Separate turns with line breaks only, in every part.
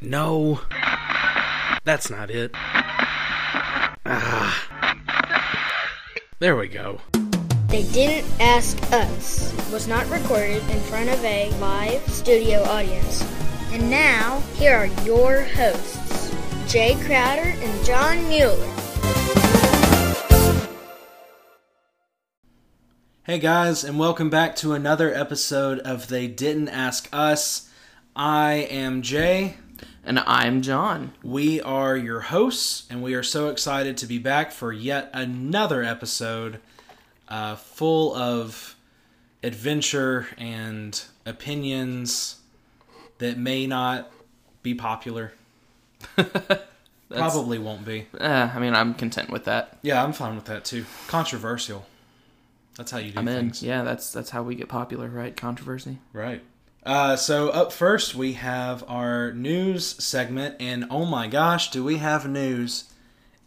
No. That's not it. Ah. There we go.
They Didn't Ask Us was not recorded in front of a live studio audience. And now, here are your hosts, Jay Crowder and John Mueller.
Hey guys, and welcome back to another episode of They Didn't Ask Us. I am Jay.
And I'm John.
We are your hosts, and we are so excited to be back for yet another episode uh, full of adventure and opinions that may not be popular. Probably won't be.
Uh, I mean, I'm content with that.
Yeah, I'm fine with that too. Controversial. That's how you do
I'm in.
things.
Yeah, that's that's how we get popular, right? Controversy.
Right. Uh, so up first, we have our news segment, and oh my gosh, do we have news?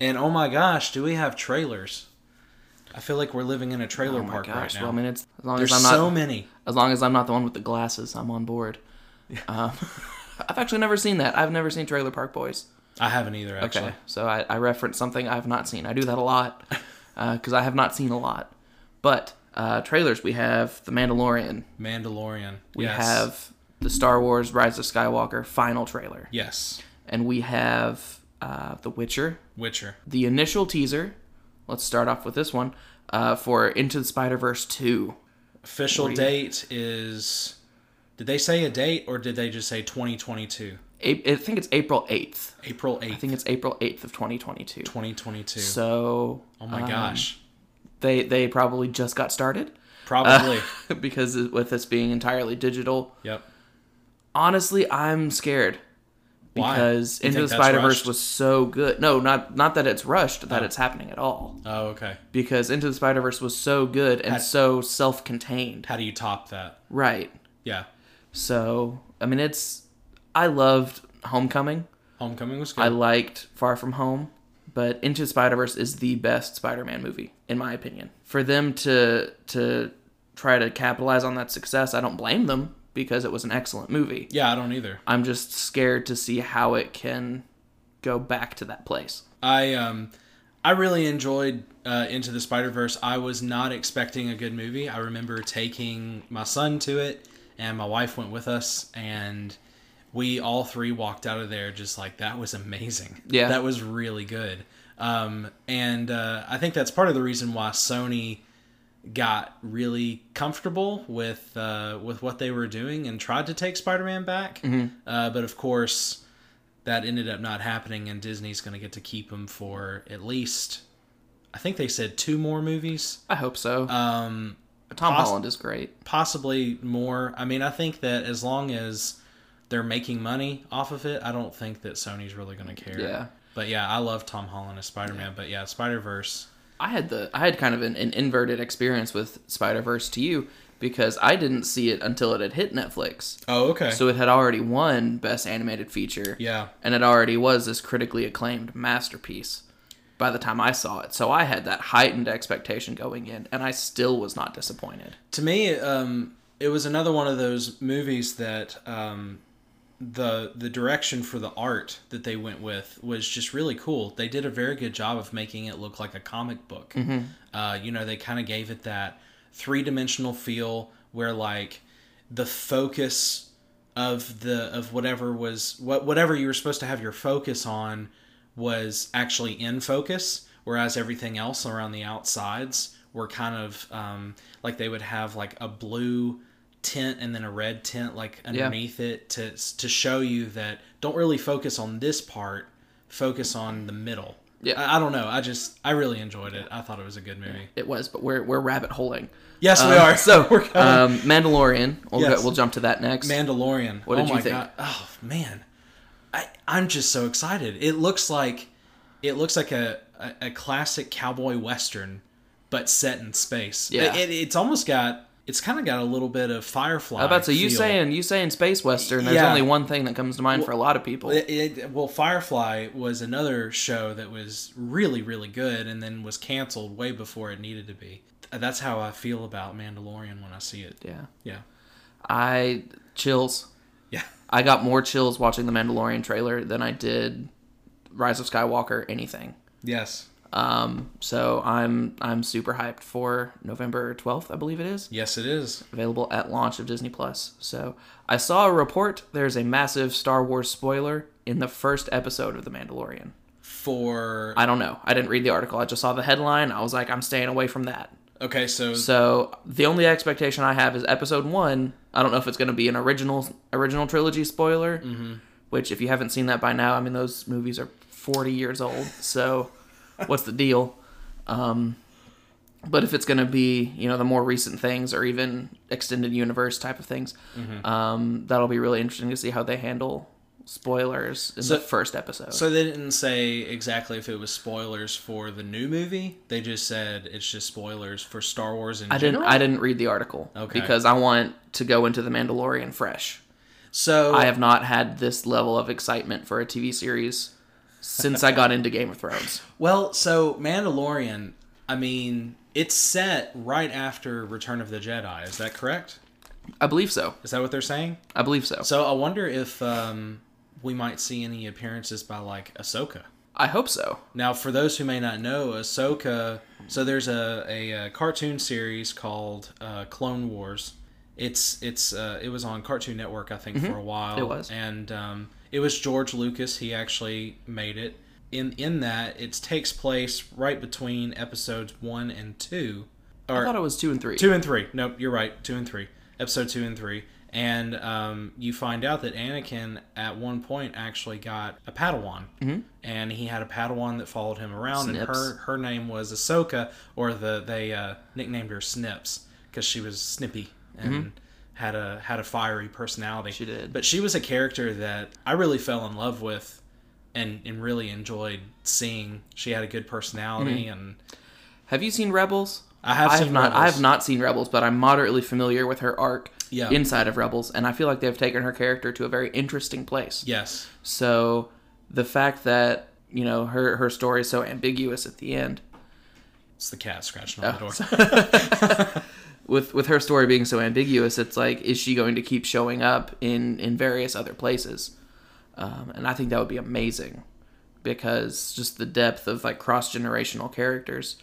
And oh my gosh, do we have trailers? I feel like we're living in a trailer
Oh my
park
gosh.
right now.
Well, I mean, it's as long
There's
as I'm not
so many.
as long as I'm not the one with the glasses, I'm on board. Um, I've actually never seen that. I've never seen Trailer Park Boys.
I haven't either actually.
Okay, so I, I reference something I've not seen. I do that a lot because I have not seen a lot. But uh, trailers, we have The Mandalorian.
Mandalorian.
We
yes.
have the Star Wars Rise of Skywalker final trailer,
yes.
and we have uh, The Witcher
Witcher.
the initial teaser. Let's start off with this one uh, for Into the Spider Verse two.
Official date is. Did they say a date or did they just say 2022?
A- I think it's April eighth.
April
I
8th,
think it's April eighth of twenty twenty two.
2022.
So
oh my
um,
gosh.
they they probably just got started
Probably.
because with this being entirely digital.
yep.
Honestly, I'm scared
Why?
because
You
Into the
think that's
Spider Verse
rushed?
was so good. No, not not that it's rushed that it's happening at all.
Oh, okay.
Because Into the Spider Verse was so good and
Had-
so self contained.
How do you top that?
Right.
Yeah.
So I mean, it's I loved Homecoming.
Homecoming was good.
I liked Far From Home, but Into Spider Verse is the best Spider-Man movie in my opinion. For them to to try to capitalize on that success, I don't blame them because it was an excellent movie.
yeah, I don't either.
I'm just scared to see how it can go back to that place.
I um I really enjoyed uh, Into the Spider Verse. I was not expecting a good movie. I remember taking my son to it, and my wife went with us, and we all three walked out of there just like that was amazing.
Yeah.
that was really good. Um, and uh, I think that's part of the reason why Sony got really comfortable with uh, with what they were doing and tried to take Spider-Man back. Uh, but of course, that ended up not happening, and Disney's going to get to keep him for at least, I think they said two more movies,
I hope so.
um,
Tom
poss-
Holland is great.
possibly more. I mean, I think that as long as they're making money off of it, I don't think that Sony's really going to care.
Yeah.
But yeah, I love Tom Holland as Spider-Man. But yeah, Spider-Verse.
I had the I had kind of an, an inverted experience with Spider Verse to you because I didn't see it until it had hit Netflix.
Oh, okay.
So it had already won Best Animated Feature.
yeah.
And it already was this critically acclaimed masterpiece by the time I saw it. So I had that heightened expectation going in, and I still was not disappointed.
to me um, it was another one of those movies that um, the the direction for the art that they went with was just really cool they did a very good job of making it look like a comic book uh, you know they kind of gave it that three-dimensional feel where like the focus of the of whatever was what whatever you were supposed to have your focus on was actually in focus whereas everything else around the outsides were kind of um, like they would have like a blue tint and then a red tint like underneath it to to show you that don't really focus on this part focus on the middle
Yeah.
I, I don't know i just i really enjoyed it i thought it was a good movie
It was, but we're we're rabbit holing.
yes we
Um,
are
So
we're going
um, Mandalorian. We'll,
Yes.
go, we'll jump to that next.
Mandalorian.
What did
oh
you
my
think?
God. Oh man, I I'm just so excited. It looks like it looks like a a, a classic cowboy western, but set in space.
Yeah.
it, it- it's almost got it's kind of got a little bit of Firefly.
I about so you
feel.
saying you saying space western. There's
Yeah.
only one thing that comes to mind for a lot of people.
It, it, well, Firefly was another show that was really, really good, and then was canceled way before it needed to be. That's how I feel about Mandalorian when I see it.
yeah,
Yeah,
I chills.
yeah.
I got more chills watching the Mandalorian trailer than I did Rise of Skywalker anything.
Yes.
Um, so I'm I'm super hyped for November 12th, I believe it is,
Yes, it is.
available at launch of Disney Plus. So I saw a report there's a massive Star Wars spoiler in the first episode of The Mandalorian.
For
I don't know. I didn't read the article. I just saw the headline. I was like, I'm staying away from that.
okay, so,
So the only expectation I have is episode one. I don't know if it's going to be an original original trilogy spoiler,
Mm-hmm.
which if you haven't seen that by now, I mean those movies are forty years old. So what's the deal? Um, but if it's going to be you know the more recent things or even extended universe type of things,
Mm-hmm.
um, that'll be really interesting to see how they handle spoilers in the first episode.
so they didn't say exactly if it was spoilers for the new movie. They just said it's just spoilers for Star Wars in
I didn't.
general.
I didn't read the article
Okay.
because I want to go into the Mandalorian fresh.
so
I have not had this level of excitement for a TV series since I got into Game of Thrones.
Well, so Mandalorian, I mean, it's set right after Return of the Jedi. Is that correct?
I believe so.
Is that what they're saying?
I believe so.
So I wonder if um, we might see any appearances by like Ahsoka.
I hope so.
Now, for those who may not know, Ahsoka. So there's a, a, uh cartoon series called uh, Clone Wars. It's it's uh, it was on Cartoon Network, I think, for a while.
Mm-hmm. It was.
and um, it was George Lucas. He actually made it. In in that, it takes place right between episodes one and two.
I
Or,
thought it was two and three.
Two and three. Nope, you're right. Two and three. Episode two and three. And um, you find out that Anakin at one point actually got a Padawan, mm-hmm. and he had a Padawan that followed him around, and her
Snips.
her name was Ahsoka, or the they uh, nicknamed her Snips because she was snippy and had a had a fiery personality.
Mm-hmm. She did.
but she was a character that I really fell in love with, and and really enjoyed seeing. She had a good personality, and
Have you seen Rebels?
I have
Mm-hmm. I
seen
have not. I
Rebels.
have not seen Rebels, but I'm moderately familiar with her arc
Yeah.
inside of Rebels, and I feel like they've taken her character to a very interesting place.
yes,
So the fact that you know her her story is so ambiguous at the end,
it's the cat scratching on the
Oh.
door.
with with her story being so ambiguous, it's like is she going to keep showing up in in various other places? Um, and I think that would be amazing because just the depth of like cross generational characters,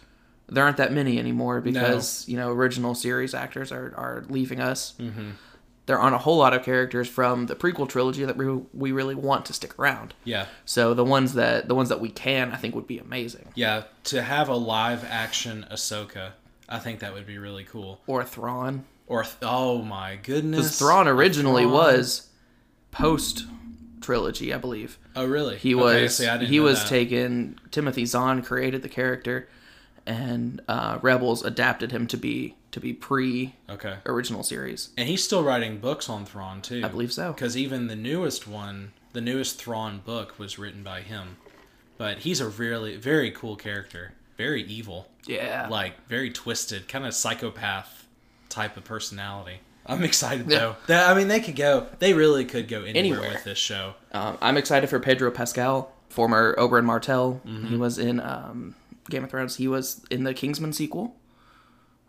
there aren't that many anymore because you know original series actors are are leaving us. Mm-hmm. There aren't a whole lot of characters from the prequel trilogy that we we really want to stick around.
Yeah.
So the ones that the ones that we can, I think, would be amazing.
Yeah, to have a live action Ahsoka, I think that would be really cool.
Or Thrawn.
Or th- oh my goodness,
Because Thrawn originally
Thrawn.
was post trilogy, I believe.
Oh really?
He
Okay,
was
see, I didn't
he
know
was
that.
taken. Timothy Zahn created the character, and uh, Rebels adapted him to be to be pre
okay,
original series.
and he's still writing books on Thrawn too.
I believe so.
because even the newest one, the newest Thrawn book was written by him. But he's a really very cool character, very evil,
Yeah,
like very twisted, kind of psychopath type of personality. I'm excited though. That, I mean, they could go. They really could go anywhere,
Anywhere.
with this show.
um, I'm excited for Pedro Pascal, former Oberyn Martell.
Mm-hmm.
He was in um, Game of Thrones. He was in the Kingsman sequel. Uh,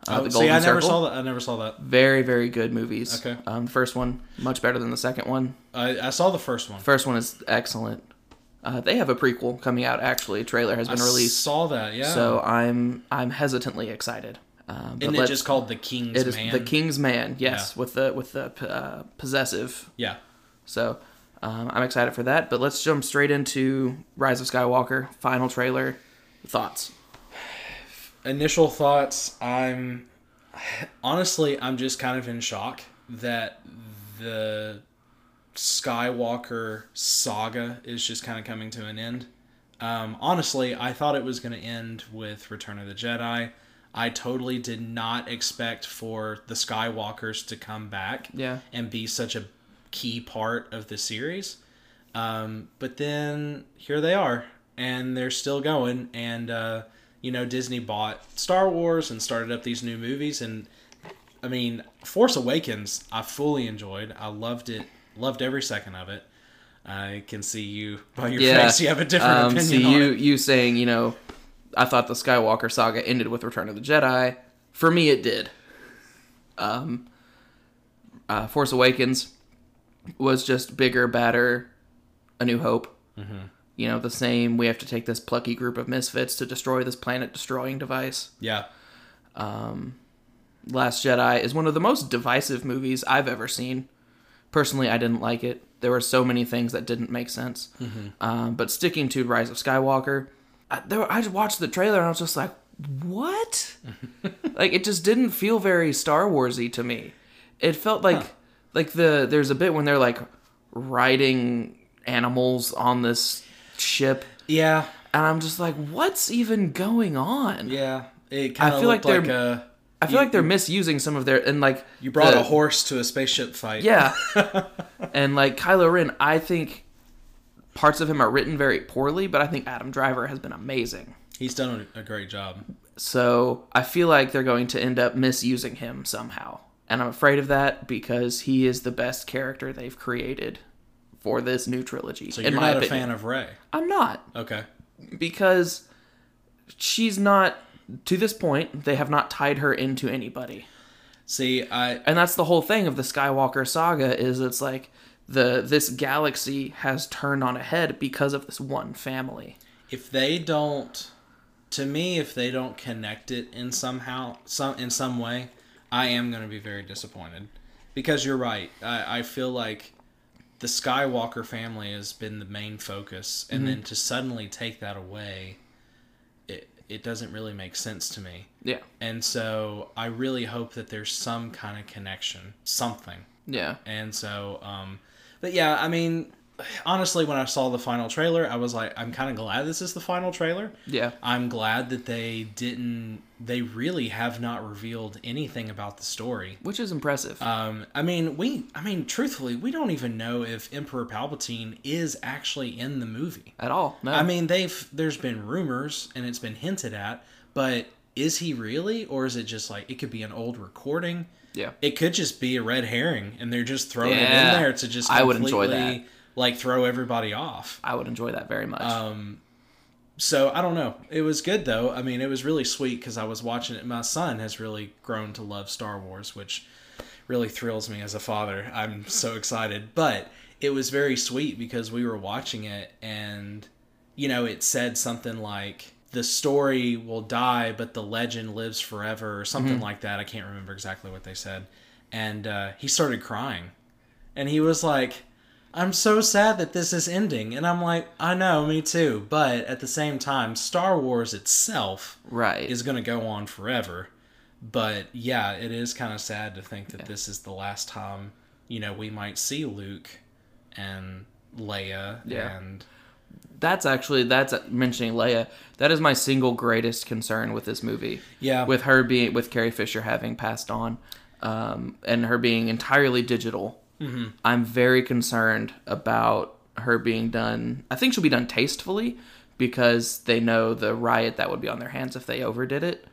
Oh,
the
see,
Golden
I never
Circle.
saw that. I never saw that.
Very, very good movies.
Okay.
Um, first one, much better than the second one.
I, I saw the first one.
First one is excellent. Uh, they have a prequel coming out. Actually, a trailer has been released,
Saw that, yeah.
so I'm I'm hesitantly excited. Um,
and
but
it
let's-
just called the King's
it is
Man.
the King's Man, yes,
Yeah.
with the with the p- uh, possessive.
Yeah.
So um, I'm excited for that. But let's jump straight into Rise of Skywalker final trailer thoughts.
Initial thoughts. I'm honestly, I'm just kind of in shock that the Skywalker saga is just kind of coming to an end. Um, honestly, I thought it was going to end with Return of the Jedi. I totally did not expect for the Skywalkers to come back
Yeah.
and be such a key part of the series. Um, but then here they are, and they're still going. And uh, you know, Disney bought Star Wars and started up these new movies. And I mean, Force Awakens, I fully enjoyed. I loved it. Loved every second of it. I can see you by your face. You have a different
um,
opinion.
See
on
you
it.
you saying you know, I thought the Skywalker saga ended with Return of the Jedi. For me, it did. Um, uh, Force Awakens was just bigger, badder, A New Hope.
Mm-hmm.
You know, the same. We have to take this plucky group of misfits to destroy this planet destroying device.
Yeah.
Last Jedi is one of the most divisive movies I've ever seen. Personally, I didn't like it. There were so many things that didn't make sense.
Mm-hmm.
Um, but sticking to Rise of Skywalker, I, there, were- I just watched the trailer and I was just like, what? like it just didn't feel very Star Warsy to me. It felt like like the there's a bit when they're like riding animals on this ship,
Yeah.
and I'm just like, what's even going on?
Yeah. It kind of
feel like
looked like,
they're-
a.
I feel like they're misusing some of their and like
You brought
the-
a horse to a spaceship fight.
Yeah. and like Kylo Ren, I think parts of him are written very poorly, but I think Adam Driver has been amazing.
He's done a great job.
So I feel like they're going to end up misusing him somehow. And I'm afraid of that because he is the best character they've created for this new trilogy.
So
in
you're
my
not a
opinion.
fan of Ray.
I'm not
Okay.
because she's not to this point they have not tied her into anybody.
See, I
and that's the whole thing of the Skywalker saga is it's like the this galaxy has turned on a head because of this one family.
if they don't to me if they don't connect it in somehow some in some way i am going to be very disappointed because you're right I, I feel like the skywalker family has been the main focus and then to suddenly take that away it it doesn't really make sense to me
Yeah.
and so i really hope that there's some kind of connection something
Yeah.
and so, um, but yeah, I mean, honestly, when I saw the final trailer, I was like, I'm kind of glad this is the final trailer.
Yeah.
I'm glad that they didn't, they really have not revealed anything about the story.
Which is impressive.
Um, I mean, we, I mean, truthfully, we don't even know if Emperor Palpatine is actually in the movie.
at all. No.
I mean, they've, there's been rumors and it's been hinted at, but is he really, or is it just like, it could be an old recording?
yeah.
It could just be a red herring, and they're just throwing it
Yeah.
in there to just
I would enjoy
completely, like throw everybody off.
I would enjoy that very much.
um, So I don't know. It was good though. I mean, it was really sweet because I was watching it. My son has really grown to love Star Wars, which really thrills me as a father. I'm so excited. But it was very sweet because we were watching it, and you know, it said something like. The story will die, but the legend lives forever, or something like that. I can't remember exactly what they said. And uh, he started crying. and he was like i'm so sad that this is ending and i'm like i know me too but at the same time star wars itself
right.
is going to go on forever but yeah it is kind of sad to think that this is the last time you know we might see luke and leia
Yeah.
and
that's actually that's mentioning Leia. That is my single greatest concern with this movie.
Yeah.
With her being with Carrie Fisher having passed on, um, and her being entirely digital. Mm-hmm. I'm very concerned about her being done. I think she'll be done tastefully because they know the riot that would be on their hands if they overdid it.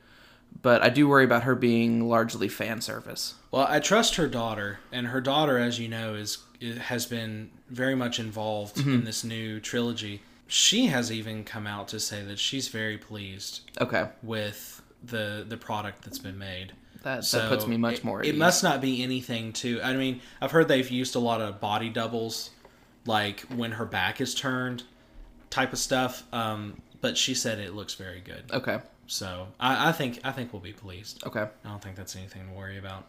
But I do worry about her being largely fan service.
Well, I trust her daughter, and her daughter, as you know, is has been very much involved
Mm-hmm.
in this new trilogy. She has even come out to say that she's very pleased
Okay,
with the the product that's been made.
that, that puts me much
it,
more. at
It
ease.
must not be anything too. I mean, I've heard they've used a lot of body doubles, like when her back is turned, type of stuff. Um, but she said it looks very good.
Okay.
So I, I think I think we'll be pleased.
Okay.
I don't think that's anything to worry about.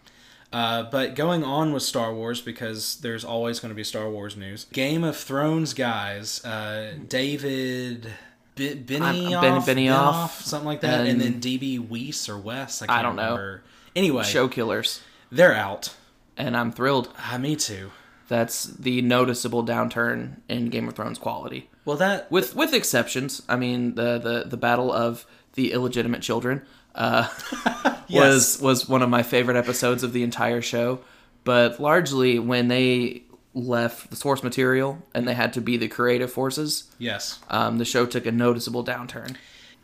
Uh, but going on with Star Wars, because there's always going to be Star Wars news. Game of Thrones guys, uh, David B- Benioff,
Ben- Benioff,
something like that, and, then
and-
DB Weiss or Wes. I, can't
I don't know.
remember. Anyway,
Show killers,
they're out.
and I'm thrilled.
Ah, me too.
That's the noticeable downturn in Game of Thrones quality,
Well, that
with with exceptions. I mean, the the, the battle of the illegitimate children uh, was was one of my favorite episodes of the entire show. But largely, when they left the source material and they had to be the creative forces,
yes,
um, the show took a noticeable downturn.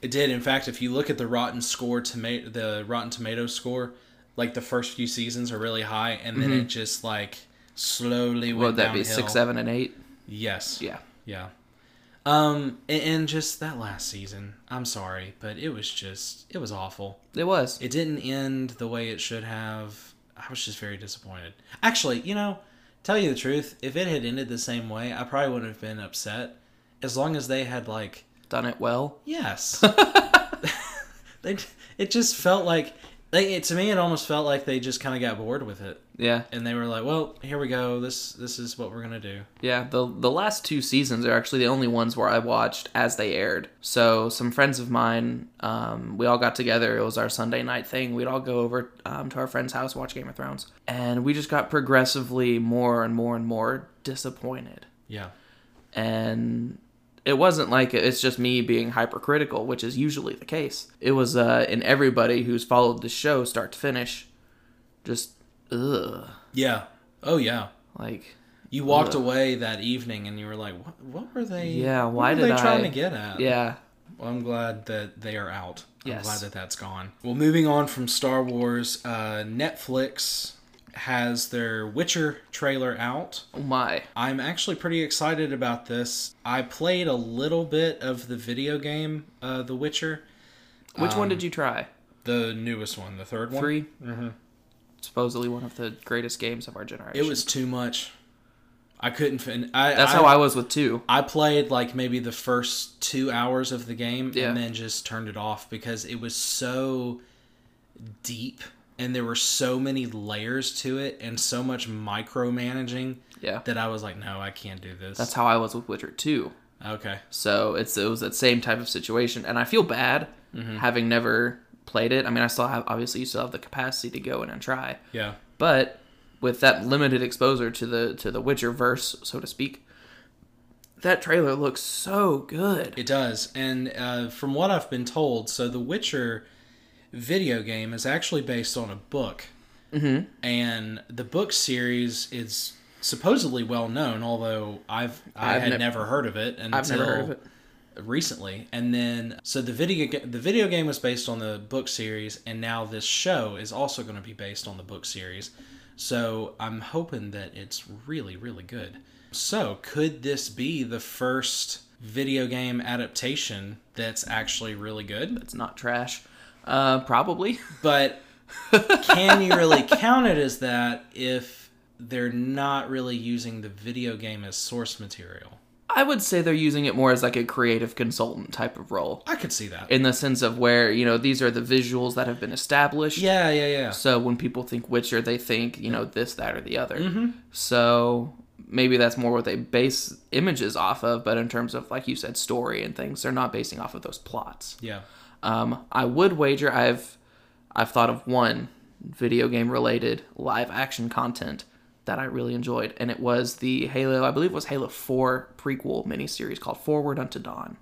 it did. In fact, if you look at the Rotten score tomato, the Rotten Tomato score, like the first few seasons are really high, and then it just like slowly
Would
went
that Mm-hmm. be
downhill.
six, seven, and eight?
Yes.
Yeah,
Yeah. Um, a- and just that last season, I'm sorry, but it was just, it was awful.
it was.
It didn't end the way it should have. I was just very disappointed. Actually, you know, Tell you the truth, if it had ended the same way, I probably wouldn't have been upset. As long as they had like,
Done it well.
yes, they, it just felt like they, it, to me. It almost felt like they just kind of got bored with it,
Yeah,
and they were like, "Well, here we go. This this is what we're gonna do."
yeah. The the last two seasons are actually the only ones where I watched as they aired. So some friends of mine, um, we all got together. It was our Sunday night thing. We'd all go over um, to our friend's house watch Game of Thrones, and we just got progressively more and more and more disappointed.
Yeah,
and it wasn't like it's just me being hypercritical, which is usually the case. It was uh, in everybody who's followed the show start to finish, just ugh,
yeah, oh yeah.
like
You walked away that evening, and you were like, "What? What were they?
Yeah,
what
why
were
did
they trying
I-
to get at?"
yeah,
Well, I'm glad that they are out. I'm
Yes.
glad that that's gone. Well, moving on from Star Wars, uh, Netflix has their Witcher trailer out.
oh my,
I'm actually pretty excited about this. I played a little bit of the video game, uh, The Witcher,
which one did you try?
the newest one, the third one.
3 supposedly one of the greatest games of our generation.
It was too much. I couldn't. Fin- I,
that's how I was with two.
I played like maybe the first two hours of the game
Yeah.
and then just turned it off because it was so deep and there were so many layers to it and so much micromanaging
Yeah,
that I was like, no, I can't do this.
that's how I was with Witcher two.
okay.
So it's it was that same type of situation, and I feel bad having never played it. I mean, I still have obviously you still have the capacity to go in and try,
Yeah.
but with that limited exposure to the to the Witcher verse, so to speak, that trailer looks so good.
It does. And uh, from what I've been told, so the Witcher video game is actually based on a book. Mm-hmm. And the book series is supposedly well known, although I've I
I've
had
nev-
never heard of it until
I've never heard of it.
recently. And then so the video ga- the video game was based on the book series, and now this show is also going to be based on the book series. So I'm hoping that it's really really good. So could this be the first video game adaptation that's actually really good?
It's not trash. Uh, probably.
But can you really count it as that if they're not really using the video game as source material?
I would say they're using it more as like a creative consultant type of role
I could see that.
in the sense of where, you know, these are the visuals that have been established.
Yeah, yeah, yeah.
So when people think Witcher, they think, you know, this, that, or the other. So maybe that's more what they base images off of, but in terms of, like you said, story and things, they're not basing off of those plots.
Yeah.
Um, I would wager I've I've thought of one video game related live action content that I really enjoyed, and it was the Halo, I believe it was Halo Four prequel miniseries called Forward Unto Dawn.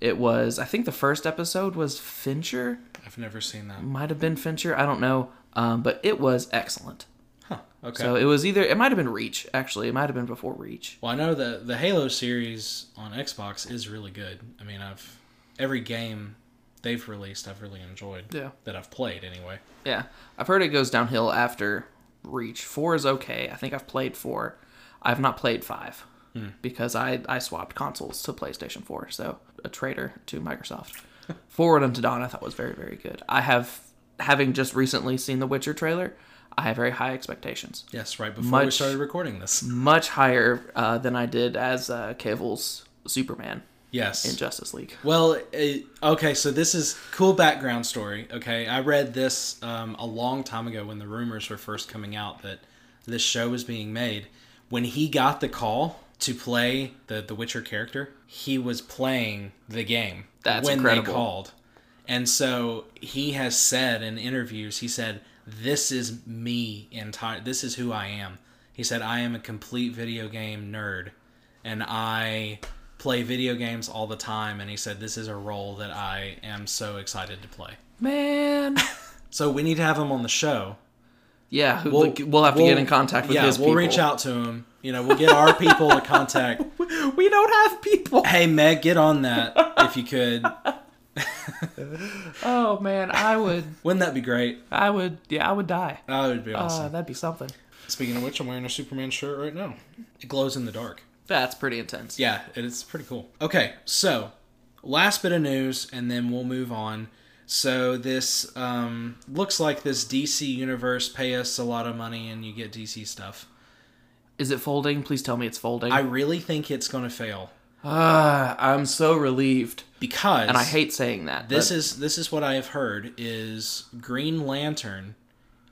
It was I think the first episode was Fincher,
I've never seen that.
might have been Fincher, I don't know, um, but it was excellent.
Huh. Okay.
So it was either it might have been Reach actually, it might have been before Reach.
Well, I know the the Halo series on Xbox is really good. I mean, I've every game they've released, I've really enjoyed.
Yeah.
That I've played anyway.
Yeah, I've heard it goes downhill after Reach. Four is okay. I think I've played four. I've not played five
Hmm.
because I I swapped consoles to PlayStation Four. So a traitor to Microsoft. Forward unto Dawn, I thought was very very good. I have having just recently seen the Witcher trailer. I have very high expectations,
Yes, right before we
Much-
started recording this.
much higher uh, than I did as uh, Cavill's Superman
Yes.
in Justice League.
Well, it, okay, so this is cool background story. Okay, I read this um, a long time ago when the rumors were first coming out that this show was being made. When he got the call to play the the Witcher character, he was playing the game.
That's
when they
incredible.
called, and so he has said in interviews, he said, "This is me entire. This is who I am." He said, "I am a complete video game nerd." and I play video games all the time. And he said, This is a role that I am so excited to play.
Man,
So we need to have him on the show.
yeah, who, we'll, we'll have to get in contact with
yeah,
his
we'll
people.
reach out to him. You know, we'll get our people to contact.
We don't have people.
Hey, Meg, get on that if you could.
Oh man, I would,
Wouldn't that be great?
I would, yeah, I would die.
That would be awesome.
Uh, that'd be something.
Speaking of which, I'm wearing a Superman shirt right now. It glows in the dark.
That's pretty intense.
Yeah, it's pretty cool. Okay, so last bit of news, and then we'll move on. So this um, looks like this DC universe pay us a lot of money, and you get DC stuff.
Is it folding? Please tell me it's folding.
I
I,
really think it's going to fail
I'm so relieved,
because
and I hate saying that.
this
but
is this is what I have heard is Green Lantern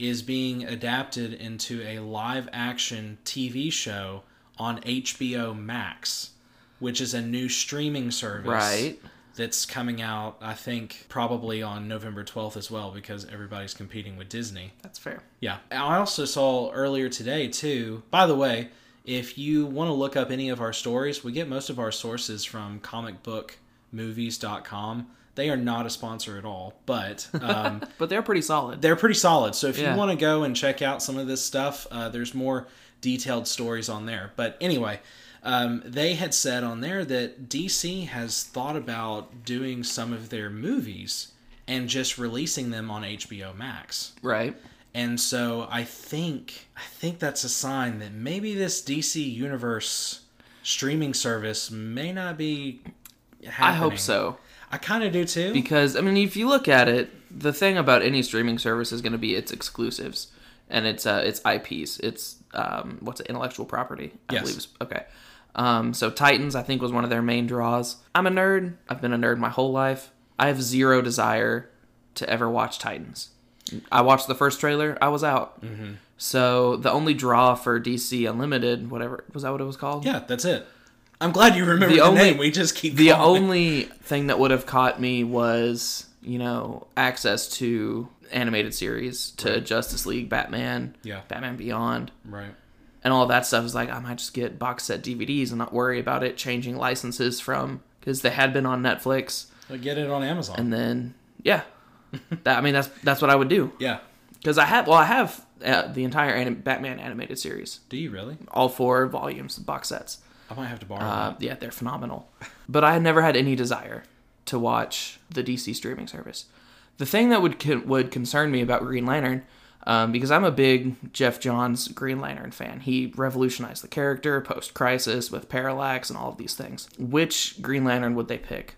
is being adapted into a live action TV show on HBO Max, which is a new streaming service
right.
that's coming out I think probably on November 12th as well because everybody's competing with Disney.
That's fair.
Yeah. I also saw earlier today, too. By the way, if you want to look up any of our stories, we get most of our sources from comicbookmovies.com. They are not a sponsor at all, but um,
But they're pretty solid.
they're pretty solid. So if
Yeah.
you want to go and check out some of this stuff, uh, there's more detailed stories on there. But anyway, um, they had said on there that DC has thought about doing some of their movies and just releasing them on HBO Max.
right.
And so I think I think that's a sign that maybe this DC universe streaming service may not be
I
happening.
hope so.
I kind of do too.
because I mean, if you look at it, the thing about any streaming service is going to be its exclusives and its uh, its IPs. It's um, what's it, intellectual property? I
Yes.
believe is- okay. Um, so Titans, I think, was one of their main draws. I'm a nerd. I've been a nerd my whole life. I have zero desire to ever watch Titans. I watched the first trailer. I was out.
Mm-hmm.
So the only draw for DC Unlimited, whatever was that what it was called?
yeah, that's it. I'm glad you remember the,
The only-
name. We just keep
The
calling it.
only thing that would have caught me was, you know, access to animated series, to Justice League, Batman,
Yeah.
Batman Beyond,
right.
and all that stuff. Is like I might just get box set DVDs and not worry about it changing licenses from because they had been on Netflix,
But get it on Amazon.
and then yeah, that, I mean that's that's what I would do
yeah.
because I have well I have uh, the entire anim- Batman animated series,
Do you really?
all four volumes, box sets.
I might have to borrow.
Uh,
that.
yeah, they're phenomenal. But I had never had any desire to watch the DC streaming service. The thing that would con- would concern me about Green Lantern, um, because I'm a big Jeff Johns Green Lantern fan. He revolutionized the character post Crisis with Parallax and all of these things. Which Green Lantern would they pick?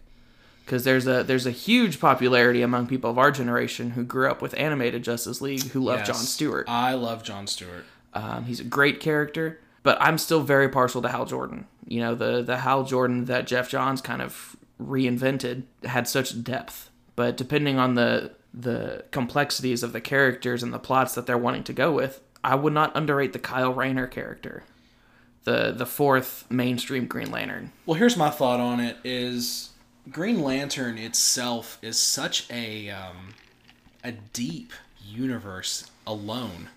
Because there's a there's a huge popularity among people of our generation who grew up with animated Justice League who love
Yes.
John Stewart.
I love John Stewart.
Um, he's a great character, but I'm still very partial to Hal Jordan. You know, the the Hal Jordan that Jeff Johns kind of reinvented had such depth, but depending on the the complexities of the characters and the plots that they're wanting to go with, I would not underrate the Kyle Rayner character, the the fourth mainstream Green Lantern.
Well, here's my thought on it: is Green Lantern itself is such a um, a deep universe alone.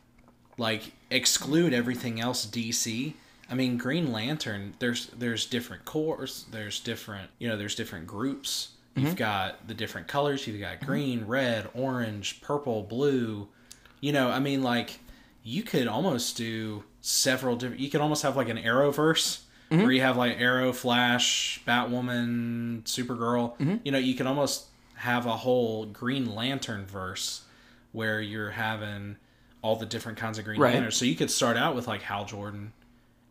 Like exclude everything else DC. I mean, Green Lantern. There's there's different cores. There's different you know there's different groups. You've got the different colors. You've got green, red, orange, purple, blue. You know, I mean, like you could almost do several different. You could almost have like an Arrowverse
Mm-hmm.
where you have like Arrow, Flash, Batwoman, Supergirl.
Mm-hmm.
You know, you could almost have a whole Green Lantern verse where you're having all the different kinds of Green
Right.
Lanterns. So you could start out with like Hal Jordan,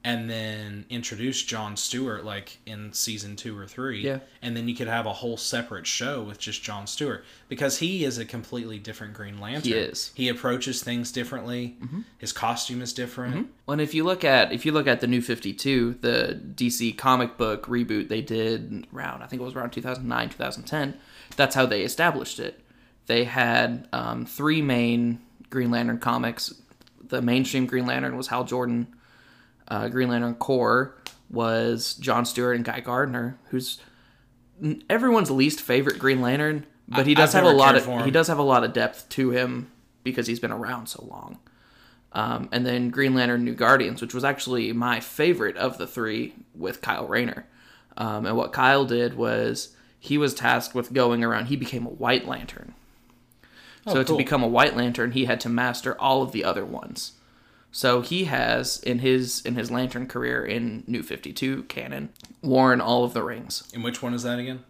and then introduce John Stewart like in season two or three.
Yeah.
And then you could have a whole separate show with just John Stewart because he is a completely different Green Lantern.
He is. Mm-hmm.
He approaches things differently. His costume is different.
Well, and if you look at if you look at the new 52, the DC comic book reboot they did around I think it was around 2009, 2010, that's how they established it. They had um, three main Green Lantern comics. The mainstream Green Lantern was Hal Jordan. Uh, Green Lantern core was John Stewart and Guy Gardner, who's n- everyone's least favorite Green Lantern, but he
I-
does
I've
have a
never
lot
cared
of
for him.
he does have a lot of depth to him because he's been around so long. Um, and then Green Lantern New Guardians, which was actually my favorite of the three with Kyle Rayner. Um, and what Kyle did was he was tasked with going around, he became a White Lantern. so
cool.
to become a White Lantern, he had to master all of the other ones. So he has in his in his lantern career in New 52 canon worn all of the rings.
And which one is that again?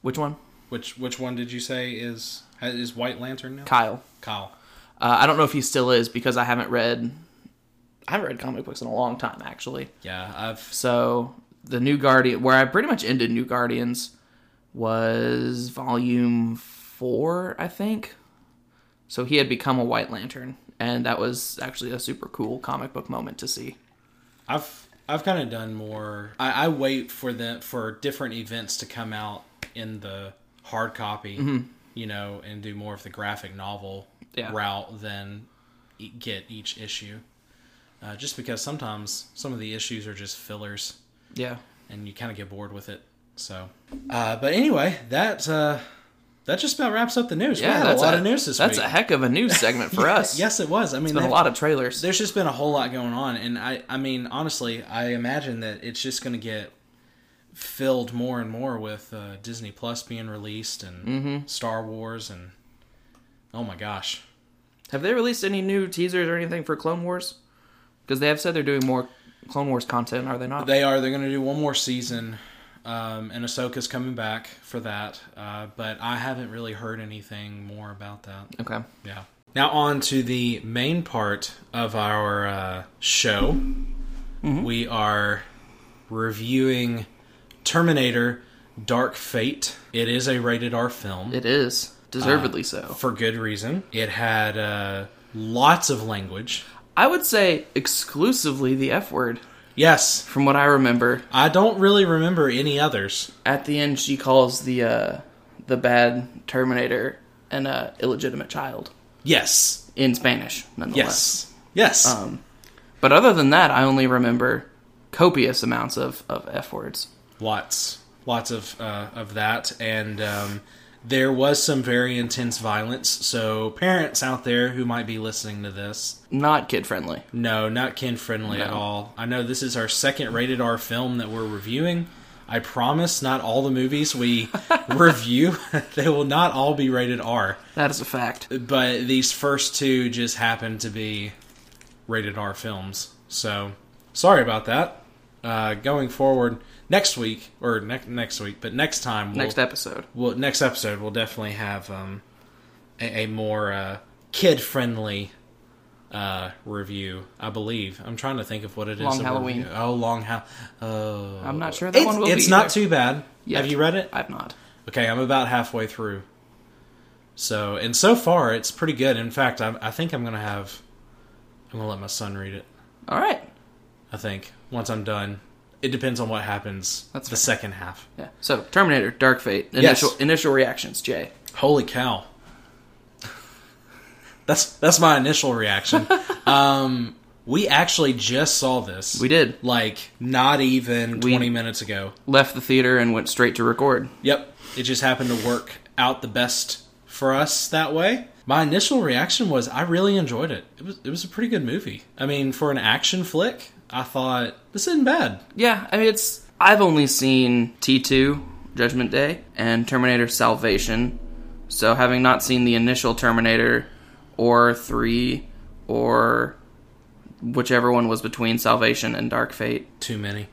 Which one?
Which which one did you say is is White Lantern now?
Kyle.
Kyle.
Uh, I don't know if he still is because I haven't read I haven't read comic books in a long time actually.
Yeah, I've
So the New Guardian, where I pretty much ended New Guardians, was volume four, I think. So he had become a White Lantern, and that was actually a super cool comic book moment to see.
I've I've kind of done more. I, I wait for the for different events to come out in the hard copy, you know, and do more of the graphic novel
Mm-hmm. Yeah.
route than e- get each issue. Uh, just because sometimes some of the issues are just fillers,
Yeah.
and you kind of get bored with it. So, uh, but anyway, that uh, that just about wraps up the news.
Yeah,
we had a
that's
lot of news this
That's
week.
a heck of a news segment for us.
Yes, it was. I mean,
Been a
that-
lot of trailers.
there's just been a whole lot going on and i i mean honestly i imagine that it's just going to get filled more and more with uh, disney plus being released and
Mm-hmm.
star wars and oh my gosh
Have they released any new teasers or anything for Clone Wars? Because they have said they're doing more Clone Wars content, are they not?
they are they're going to do one more season um, and Ahsoka's coming back for that, uh, but I haven't really heard anything more about that.
okay.
Yeah. Now on to the main part of our uh, show. We are reviewing Terminator: Dark Fate. It is a rated R film
It is.
Uh,
Deservedly so.
for good reason. It had uh, lots of language.
I would say exclusively the F word,
Yes,
from what I remember.
I don't really remember any others.
At the end, she calls the uh, the bad Terminator an uh, illegitimate child
Yes,
in Spanish, nonetheless.
yes, yes.
But other than that, I only remember copious amounts of, of F words.
lots lots of uh, of that and um, there was some very intense violence so parents out there who might be listening to this
Not kid friendly.
no not kid friendly at
No.
all i know this is our second rated r film that we're reviewing i promise not all the movies we review they will not all be rated r
That is a fact.
but these first two just happen to be rated R films. So sorry about that. Uh, going forward, next week or ne- next week, but next time, we'll,
Next episode.
we'll, next episode, we'll definitely have um, a, a more uh, kid-friendly uh, review. I believe. I'm trying to think of what it is.
Long
that we're
Halloween.
reviewing. Oh, long how. Oh,
I'm not sure that
it's,
one will be.
it's not
either.
too bad.
Yet.
Have you read it?
I've not.
Okay, I'm about halfway through. So, and so far, it's pretty good. In fact, I, I think I'm gonna have, I'm gonna let my son read it.
All right.
I think once I'm done, it depends on what happens.
That's
the
fair.
second half.
Yeah. So Terminator, Dark Fate.
Yes.
Initial initial reactions, Jay.
Holy cow! that's that's my initial reaction. um, we actually just saw this.
We did.
like not even 20 minutes ago.
Left the theater and went straight to record.
Yep. It just happened to work out the best for us that way. My initial reaction was I really enjoyed it. It was it was a pretty good movie. I mean, for an action flick, I thought this isn't bad.
Yeah, I mean it's I've only seen T2 Judgment Day and Terminator Salvation. So having not seen the initial Terminator or 3 or whichever one was between Salvation and Dark Fate.
Too many.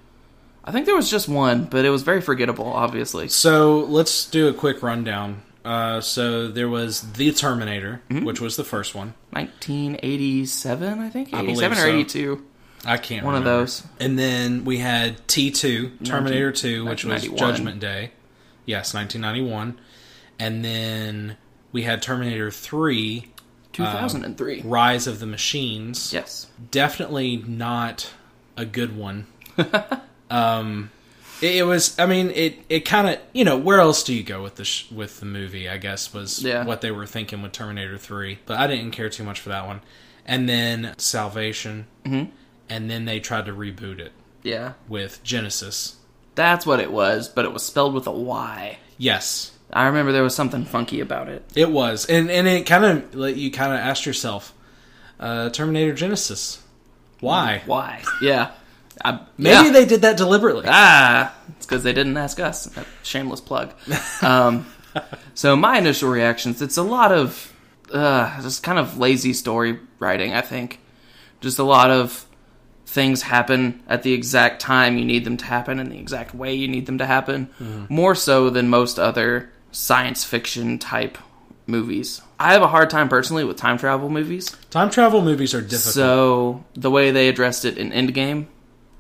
I think there was just one, but it was very forgettable, obviously.
So let's do a quick rundown. Uh, so there was the Terminator, which was the first one.
1987, I think.
believe
87 or
so. Um,
82.
I can't
One of
remember.
those.
And then we had T2, Terminator 2, which was
1991.
Judgment Day. Yes, 1991. And then we had Terminator 3,
2003.
Rise of the Machines.
yes.
Definitely not a good one. um, it, it was. I mean, it it kind of you know where else do you go with the sh- with the movie? I guess was
Yeah.
what they were thinking with Terminator Three, but I didn't care too much for that one. And then Salvation,
Mm-hmm.
and then they tried to reboot it
Yeah.
with Genesis.
That's what it was, but it was spelled with a Y.
Yes,
I remember there was something funky about it.
it was, and and it kind of let you kind of asked yourself, uh, Terminator Genesis, why?
Why? Yeah. I,
Maybe
Mm. yeah.
they did that deliberately.
Ah, it's because they didn't ask us. A shameless plug. Um, so my initial reactions, it's a lot of uh, just kind of lazy story writing. I think just a lot of things happen at the exact time you need them to happen and the exact way you need them to happen,
Mm-hmm.
more so than most other science fiction type movies. I have a hard time personally with time travel movies.
Time travel movies are difficult.
So the way they addressed it in Endgame,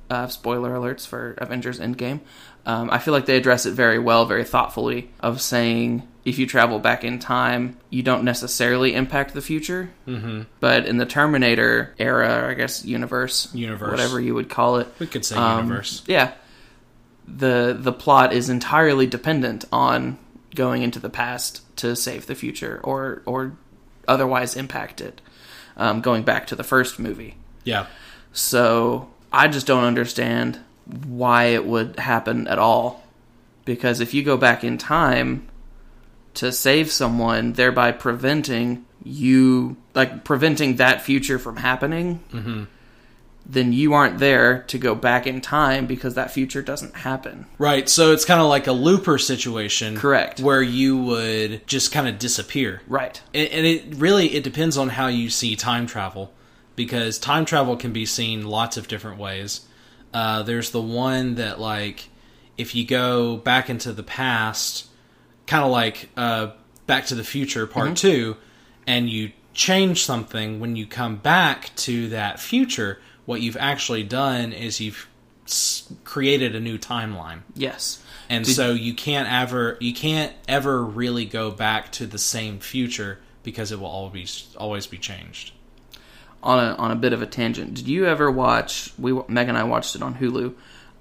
uh, spoiler alerts for Avengers Endgame, um, I feel like they address it very well, very thoughtfully, of saying if you travel back in time, you don't necessarily impact the future. Mm-hmm. But in the Terminator era, or I guess universe,
Universe.
whatever you would call it,
We could say
um,
universe.
yeah, the the plot is entirely dependent on going into the past to save the future, or or otherwise impact it. Um, going back to the first movie,
Yeah.
so I just don't understand why it would happen at all. Because if you go back in time to save someone, thereby preventing you, like preventing that future from happening, then you aren't there to go back in time because that future doesn't happen.
Right. So it's kind of like a looper situation.
Correct.
Where you would just kind of disappear.
Right.
And, and it really it depends on how you see time travel because time travel can be seen lots of different ways. Uh, there's the one that like if you go back into the past, kind of like uh, Back to the Future Part Two, and you change something when you come back to that future, what you've actually done is you've s- created a new timeline
Yes.
and so you can't ever you can't ever really go back to the same future because it will always always be changed.
on a on a bit of a tangent. Did you ever watch? We Meg and I watched it on Hulu.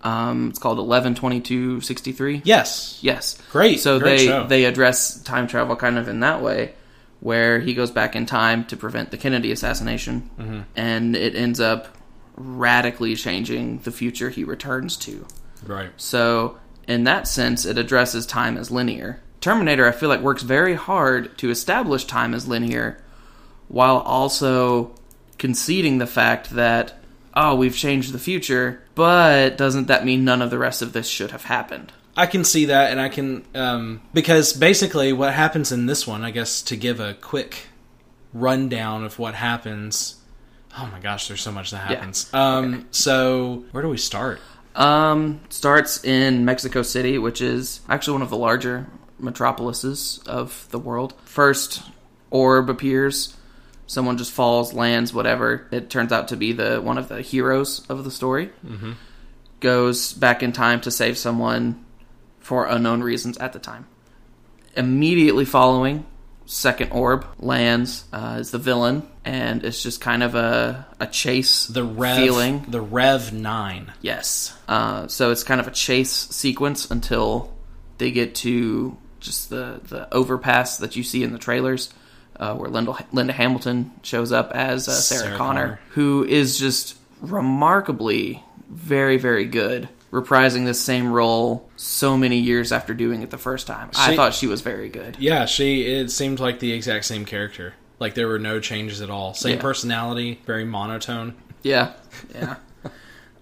Um, it's called Eleven Twenty Two Sixty Three.
Yes.
Yes.
Great,
So
great
they
show.
they address time travel kind of in that way, where he goes back in time to prevent the Kennedy assassination,
Mm-hmm.
and it ends up radically changing the future he returns to.
Right.
So in that sense, it addresses time as linear. Terminator, I feel like, works very hard to establish time as linear, while also conceding the fact that oh, we've changed the future, but doesn't that mean none of the rest of this should have happened?
I can see that and I can um because basically what happens in this one, I guess to give a quick rundown of what happens. Oh my gosh, there's so much that happens. Um so where do we start?
Um, starts in Mexico City, which is actually one of the larger metropolises of the world. First orb appears. Someone just falls, lands, whatever. It turns out to be the one of the heroes of the story. Mm-hmm. Goes back in time to save someone for unknown reasons at the time. Immediately following, second orb lands uh, is the villain, and it's just kind of a a chase.
The Rev
feeling
the Rev 9.
Yes. Uh, so it's kind of a chase sequence until they get to just the, the overpass that you see in the trailers, uh, where Linda, Linda Hamilton shows up as uh, Sarah,
Sarah
Connor,
Connor.
who is just remarkably very, very good. Reprising this same role so many years after doing it the first time. I
She-
thought she was very good.
Yeah, she it seemed like the exact same character. Like there were no changes at all. Same
Yeah.
personality, very monotone.
Yeah, yeah.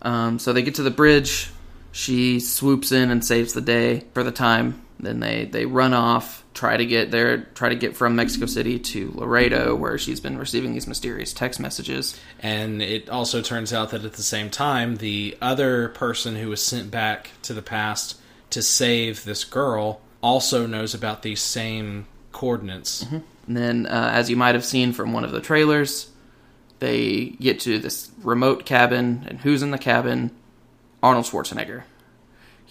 um, so they get to the bridge. She swoops in and saves the day for the time. Then they they run off, try to get there, try to get from Mexico City to Laredo, where she's been receiving these mysterious text messages.
And it also turns out that at the same time, the other person who was sent back to the past to save this girl also knows about these same coordinates.
And then, uh, as you might have seen from one of the trailers, they get to this remote cabin, and who's in the cabin? Arnold Schwarzenegger.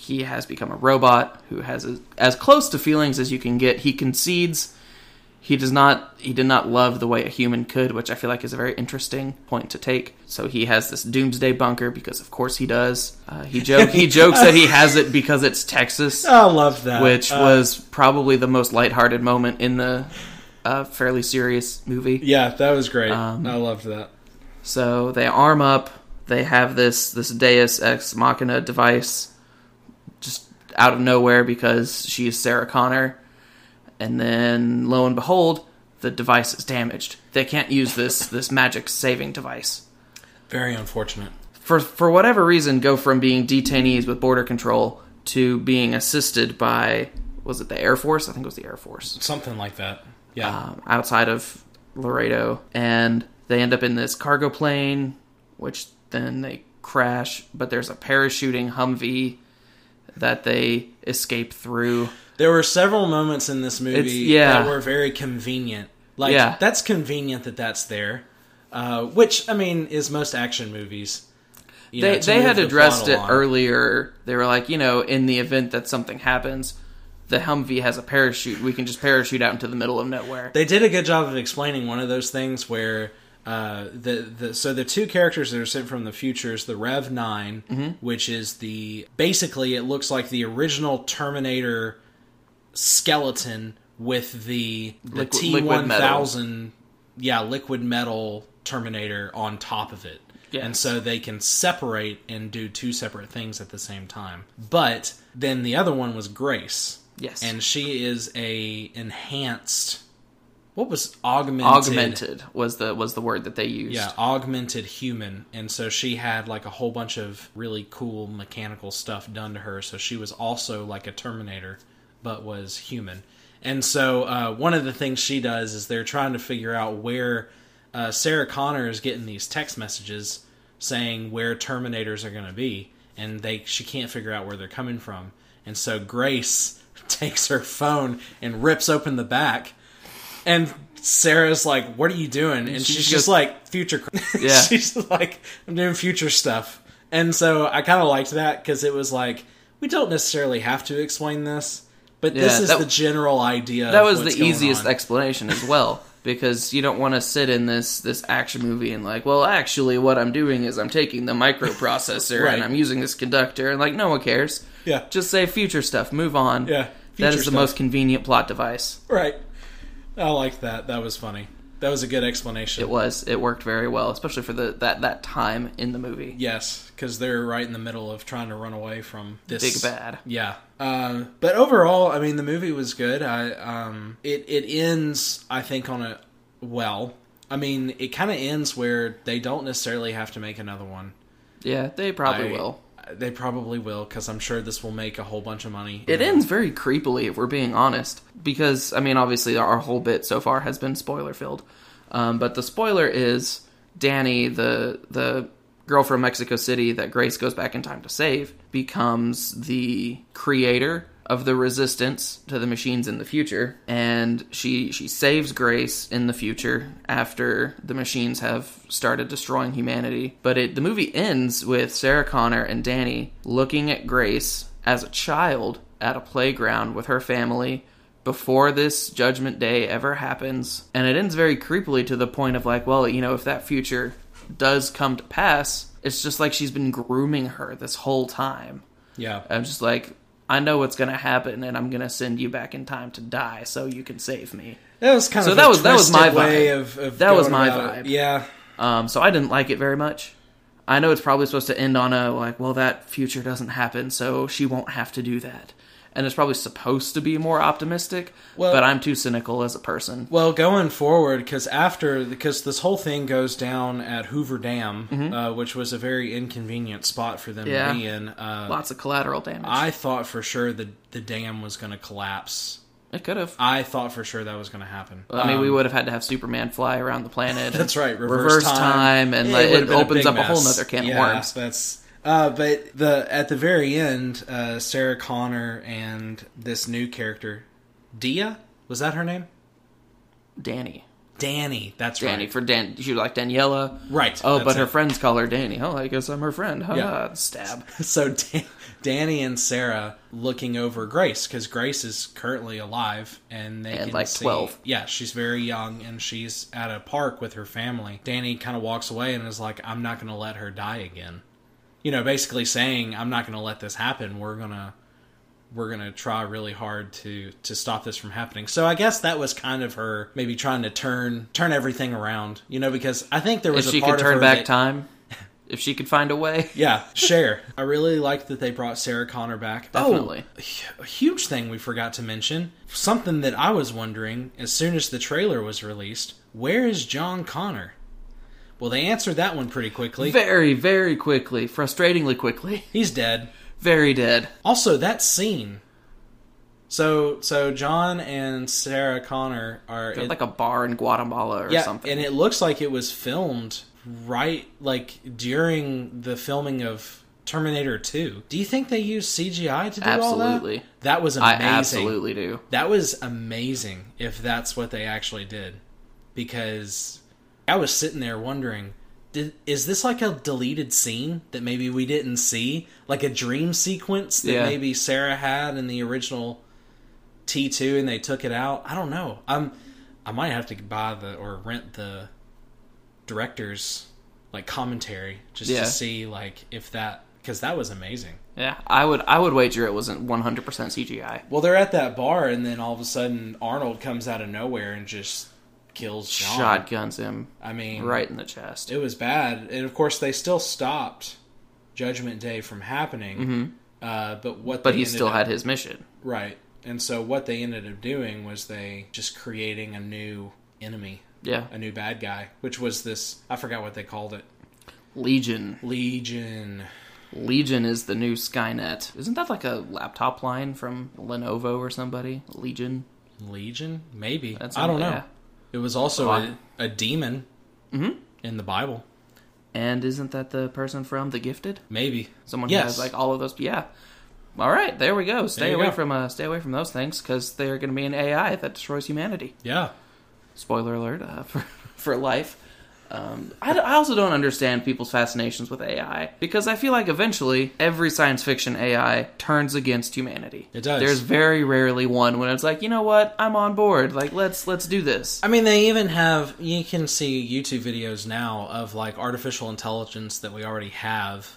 He has become a robot who has as, as close to feelings as you can get. He concedes. He does not. He did not love the way a human could, which I feel like is a very interesting point to take. So he has this doomsday bunker because, of course, he does. Uh, he joke. He jokes that he has it because it's Texas
I love that.
which
Uh,
was probably the most lighthearted moment in the uh, fairly serious movie.
yeah, that was great.
um,
I loved that.
So they arm up. They have this this Deus Ex Machina device, just out of nowhere because she is Sarah Connor, and then lo and behold, the device is damaged. They can't use this this magic saving device.
Very unfortunate.
for for whatever reason go from being detainees with border control to being assisted by was it the Air Force? I think it was the Air Force
Something like that. Yeah.
um, outside of Laredo, and they end up in this cargo plane, which then they crash. But there's a parachuting Humvee that they escape through.
there were several moments in this movie
It's- yeah.
that were very convenient. Like
Yeah.
that's convenient that that's there. Uh, which I mean is most action movies. you
They
know, to
they
move
had
the
addressed
plot
it
along.
earlier. They were like, you know, in the event that something happens, the Humvee has a parachute, we can just parachute out into the middle of nowhere.
They did a good job of explaining one of those things where uh, the the so the two characters that are sent from the future is the Rev 9
Mm-hmm.
which is the basically it looks like the original Terminator skeleton with the the
Liquid-
T
liquid
one
metal.
thousand yeah liquid metal Terminator on top of it.
Yes.
And so they can separate and do two separate things at the same time. But then the other one was Grace.
Yes.
And she is a enhanced what was augmented
augmented was the was the word that they used.
yeah augmented human and so she had like a whole bunch of really cool mechanical stuff done to her so she was also like a terminator but was human and so uh, one of the things she does is they're trying to figure out where uh, sarah connor is getting these text messages saying where terminators are going to be and they she can't figure out where they're coming from and so grace takes her phone and rips open the back and Sarah's like, "What are you doing?" And
she
she's just
just goes-
like, "Future." cr-"
Yeah.
she's like, "I'm doing future stuff," and so I kind of liked that because it was like, we don't necessarily have to explain this, but this
Yeah,
is
that-
the general idea.
that
of
was
what's
the
going
easiest
on.
explanation as well because you don't want to sit in this this action movie and like well actually what i'm doing is i'm taking the microprocessor
Right.
and i'm using this conductor and like no one cares
Yeah.
just say future stuff move on
Yeah,
that
future
is the
stuff.
most convenient plot device
right. I liked that. That was funny. That was a good explanation.
it was it worked very well especially for the that that time in the movie
Yes, because they're right in the middle of trying to run away from this
Big bad.
Yeah, um, but overall, I mean, the movie was good. I um, it it ends, I think, on a well. I mean, it kind of ends where they don't necessarily have to make another one.
yeah they probably
I-
will
They probably will, because I'm sure this will make a whole bunch of money.
it ends very creepily if we're being honest because i mean obviously our whole bit so far has been spoiler filled um, but the spoiler is danny the the girl from mexico city that grace goes back in time to save becomes the creator of the resistance to the machines in the future and she she saves grace in the future after the machines have started destroying humanity but it the movie ends with sarah connor and danny looking at grace as a child at a playground with her family before this judgment day ever happens. And it ends very creepily to the point of like, well, you know, if that future does come to pass, it's just like she's been grooming her this whole time.
Yeah,
I'm just like, I know what's going to happen and I'm going to send you back in time to die so you can save me.
that was kind
So
of
that
a
was- that was
twisted
my
way
vibe.
Of, of
That was
going
my
about it.
vibe.
Yeah,
Um, so I didn't like it very much. I know it's probably supposed to end on a like, well, that future doesn't happen, so she won't have to do that. And it's probably supposed to be more optimistic,
Well-
but I'm too cynical as a person.
Well, going forward, because after because this whole thing goes down at Hoover Dam, uh, which was a very inconvenient spot for them
Mm-hmm. Yeah.
to be in. Uh,
Lots of collateral damage.
I thought for sure the the dam was going to collapse.
it could have.
I thought for sure that was going to happen.
I mean, we would have had to have Superman fly around the planet.
Um, That's right. Reverse,
time, and like,
would've
it
been a
opens
big
up a whole
mess.
nother can
yeah,
of worms.
That's uh, but the at the very end, uh, Sarah Connor and this new character, Dia, was that her name?
Danny,
Danny. That's
Danny
right.
for Dan. She was like Daniela.
Right.
Oh,
that's
but her
it.
friends call her Danny. Oh, I guess I'm her friend. Ha,
Yeah.
ha, Stab.
so Dan- Danny and Sarah looking over Grace because Grace is currently alive and they
And,
can
like,
see-
12.
Yeah, she's very young and she's at a park with her family. Danny kind of walks away and is like, "I'm not going to let her die again." You know, basically saying, "I'm not going to let this happen. We're gonna." We're gonna try really hard to to stop this from happening. So I guess that was kind of her maybe trying to turn turn everything around, you know, because I think there was
If
a
she
part
could turn
of her
back
that-
time, if she could find a way.
yeah, share. I really liked that they brought Sarah Connor back.
Definitely.
Oh, a hu- a huge thing we forgot to mention. Something that I was wondering as soon as the trailer was released, where is John Connor? Well, they answered that one pretty quickly.
very, very quickly, frustratingly quickly,
He's dead.
very dead.
Also, that scene. So, so John and Sarah Connor are
They're at
it-
like a bar in Guatemala or
yeah,
something.
and it looks like it was filmed right like during the filming of Terminator 2. Do you think they used CGI to do all that?
Absolutely.
That was
I
amazing.
absolutely do.
That was amazing if that's what they actually did. Because I was sitting there wondering, did, is this like a deleted scene that maybe we didn't see? Like a dream sequence that
Yeah.
maybe Sarah had in the original T2 and they took it out. I don't know. I'm I might have to buy the or rent the director's like commentary just
Yeah.
to see like if that cuz that was amazing.
Yeah, I would I would wager it wasn't 100% CGI.
Well, they're at that bar and then all of a sudden Arnold comes out of nowhere and just kills John.
Shotguns him
I mean,
right in the chest.
it was bad. And of course they still stopped Judgment Day from happening. Uh, but what
Mm-hmm. But
they
he
ended
still
up-
had his mission.
Right. And so what they ended up doing was they just creating a new enemy,
Yeah.
a new bad guy, which was this I forgot what they called it.
Legion.
Legion.
Legion is the new Skynet. Isn't that like a laptop line from Lenovo or somebody? Legion.
Legion? Maybe.
That's
I don't know.
not-
It was also
Why?
a, a demon
Mm-hmm.
in the Bible.
And isn't that the person from The Gifted?
Maybe.
Someone
Yes.
who has like all of those. Yeah. All right, there we go. Stay
you
away
go.
from uh, stay away from those things because they are going to be an AI that destroys humanity.
Yeah.
Spoiler alert uh, for for life. Um, I, d- I also don't understand people's fascinations with AI because I feel like eventually every science fiction AI turns against humanity.
It does.
There's very rarely one when it's like, you know what, I'm on board. Like let's let's do this.
I mean, they even have you can see YouTube videos now of like artificial intelligence that we already have,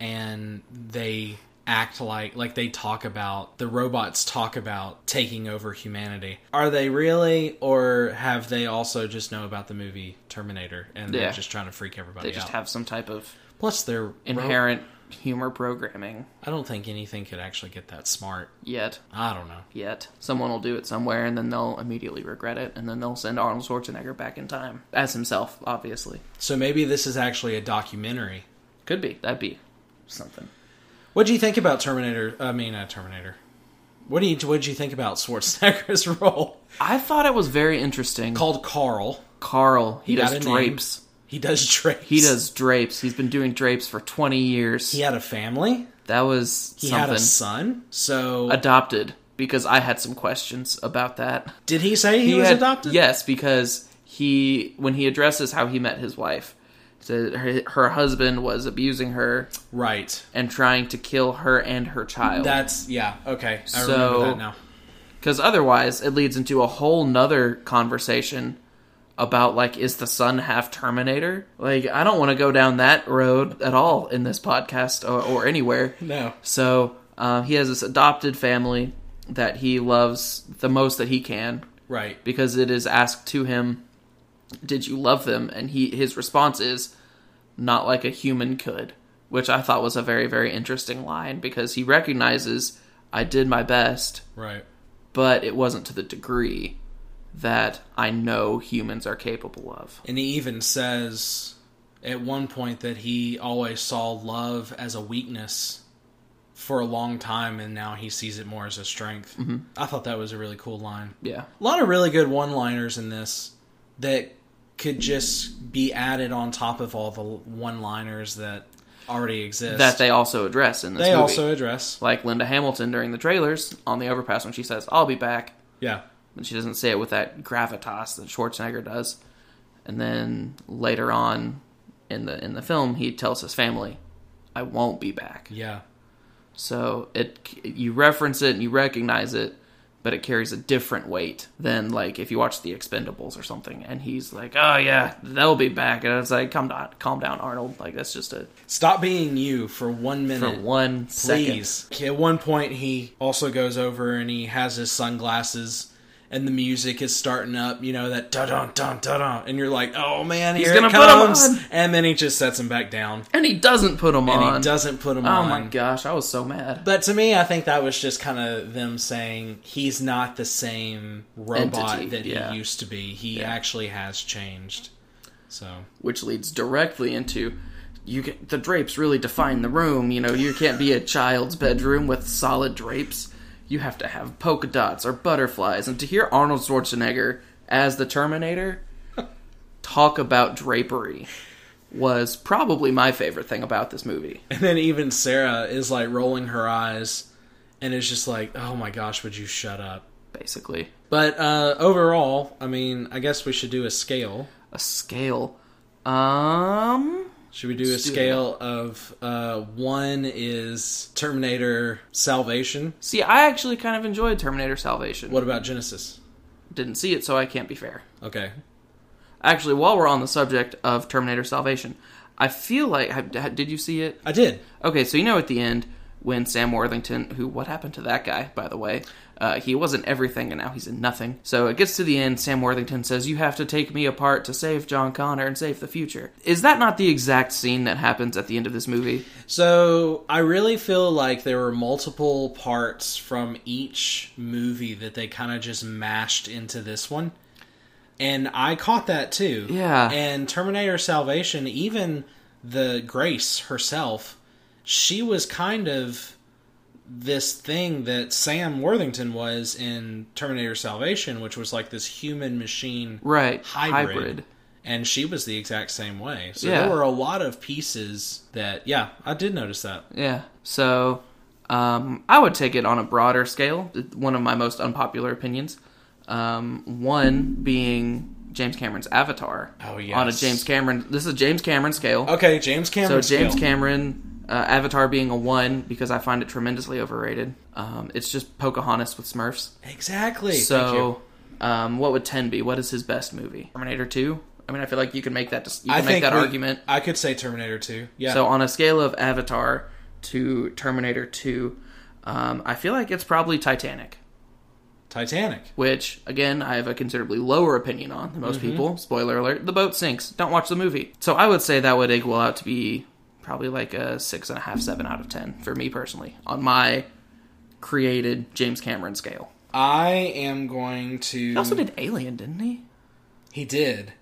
and they act like like they talk about the robots talk about taking over humanity. Are they really, or have they also just know about the movie Terminator and
Yeah.
they're just trying to freak everybody
They just
out?
have some type of
Plus, they're ro-
inherent humor programming.
I don't think anything could actually get that smart.
Yet,
I don't know.
yet, someone will do it somewhere, and then they'll immediately regret it, and then they'll send Arnold Schwarzenegger back in time as himself. Obviously,
So maybe this is actually a documentary.
could be that'd be something.
What do you think about Terminator? I mean, uh, Terminator. What do you What did you think about Schwarzenegger's role?
I thought it was very interesting.
Called Carl.
Carl. He,
got
does
a name.
drapes.
He does drapes.
He does drapes. He's been doing drapes for 20 years.
He had a family.
That was
He had
something
a son. So
adopted because I had some questions about that.
did he say he, was
had-
adopted?
Yes, because he when he addresses how he met his wife, said her, her husband was abusing her
Right.
and trying to kill her and her child.
That's yeah. Okay. I
So-
remember that now.
Because otherwise, it leads into a whole nother conversation about like, is the sun half Terminator? Like, I don't want to go down that road at all in this podcast or, or anywhere.
No.
So uh, he has this adopted family that he loves the most that he can
Right.
because it is asked to him, "Did you love them?" And he his response is, "Not like a human could," which I thought was a very very interesting line because he recognizes, "I did my best."
Right.
but it wasn't to the degree that I know humans are capable of.
And he even says at one point that he always saw love as a weakness for a long time, and now he sees it more as a strength.
Mm-hmm.
I thought that was a really cool line.
Yeah.
A lot of really good one liners in this that could just be added on top of all the one liners that already exist.
That they also address in this
They
movie.
also address.
like Linda Hamilton during the trailers on the overpass when she says, I'll be back.
Yeah.
And she doesn't say it with that gravitas that Schwarzenegger does. And then later on in the in the film he tells his family, I won't be back.
Yeah.
So it you reference it and you recognize it, but it carries a different weight than like if you watch The Expendables or something. And he's like, "Oh yeah, they'll be back," and it's like, "Calm down, calm down, Arnold." Like that's just a
Stop being you for one
for
minute.
one second.
Please. At one point, he also goes over and he has his sunglasses, and the music is starting up. You know that da dun dun da dun, and you're like, "Oh man, here
gonna
it
put 'em
comes!"
on.
And then he just sets him back down,
And he doesn't put them
and
on.
he doesn't put him
Oh
on.
my gosh, I was so mad.
But to me, I think that was just kind of them saying he's not the same robot
Entity,
that
yeah.
he used to be. He actually has changed. So
Which leads directly into. You can, the drapes really define the room. You know, you can't be a child's bedroom with solid drapes. You have to have polka dots or butterflies. And to hear Arnold Schwarzenegger as the Terminator, talk about drapery was probably my favorite thing about this movie.
And then even Sarah is like rolling her eyes and is just like, oh my gosh, would you shut up?
Basically,
But uh, overall, I mean, I guess we should do a scale.
a scale. Um,
Should we do a
Let's do that.
scale of uh, one is Terminator Salvation?
See, I actually kind of enjoyed Terminator Salvation.
What about Genesis?
Didn't see it, so I can't be fair.
Okay.
Actually, while we're on the subject of Terminator Salvation, I feel like have- ha- did you see it?
I did.
Okay, so you know at the end when Sam Worthington, who what happened to that guy by the way? Uh, he wasn't everything and now he's in nothing. So it gets to the end. Sam Worthington says, "You have to take me apart to save John Connor and save the future." Is that not the exact scene that happens at the end of this movie?
So I really feel like there were multiple parts from each movie that they kind of just mashed into this one. And I caught that too.
Yeah.
And Terminator Salvation, even the Grace herself, she was kind of this thing that Sam Worthington was in Terminator Salvation, which was like this human machine
Right,
hybrid.
hybrid.
And she was the exact same way. So
Yeah.
there were a lot of pieces that, yeah, I did notice that.
Yeah. So, um, I would take it on a broader scale. One of my most unpopular opinions. Um, one being James Cameron's Avatar.
Oh,
On a
yes.
James Cameron. This is a James Cameron scale.
Okay, James
so
Cameron.
James
scale.
Cameron uh, Avatar being a one because I find it tremendously overrated. Um, it's just Pocahontas with Smurfs.
Exactly. Thank you.
So, um, what would ten be? What is his best movie? Terminator Two. I mean, I feel like you can make that. dis- You
I
can make
think
that
we-
argument.
I could say Terminator 2. Yeah.
So on a scale of Avatar to Terminator 2, um, I feel like it's probably Titanic,
Titanic.
which again I have a considerably lower opinion on than most
Mm-hmm.
people. Spoiler alert: the boat sinks. Don't watch the movie. So I would say that would equal out to be probably like a six and a half, seven out of ten for me personally on my created James Cameron scale.
I am going to.
He also did Alien, didn't he?
He did.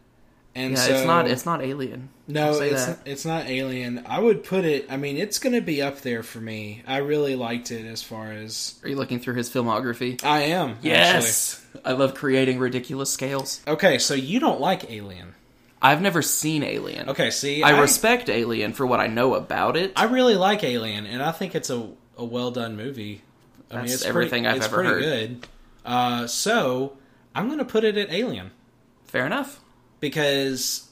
And
Yeah,
so
it's not it's not Alien. I'll
no,
say
it's
that.
it's not Alien. I would put it. I mean, it's going to be up there for me. I really liked it as far as
Are you looking through his filmography?
I am. actually.
Yes, I love creating ridiculous scales.
Okay, so you don't like Alien.
I've never seen Alien.
Okay, see,
I respect Alien for what I know about it.
I really like Alien, and I think it's a, a well done movie. I
That's
it's
everything
pretty,
I've
it's
ever
pretty
heard.
Good. Uh, so I'm going to put it at Alien
Fair enough.
because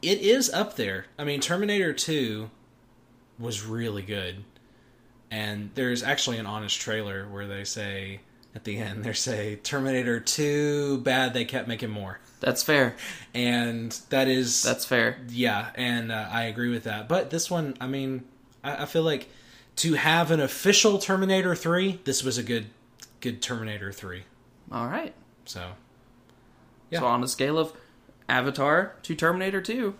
it is up there. I mean, Terminator Two was really good, and there's actually an honest trailer where they say at the end they say Terminator Two bad they kept making more,
That's fair.
and that is
That's fair.
yeah, and uh, I agree with that. But this one, I mean, I, I feel like to have an official Terminator three, this was a good, good Terminator three.
All right.
So Yeah.
So on a scale of Avatar to Terminator 2,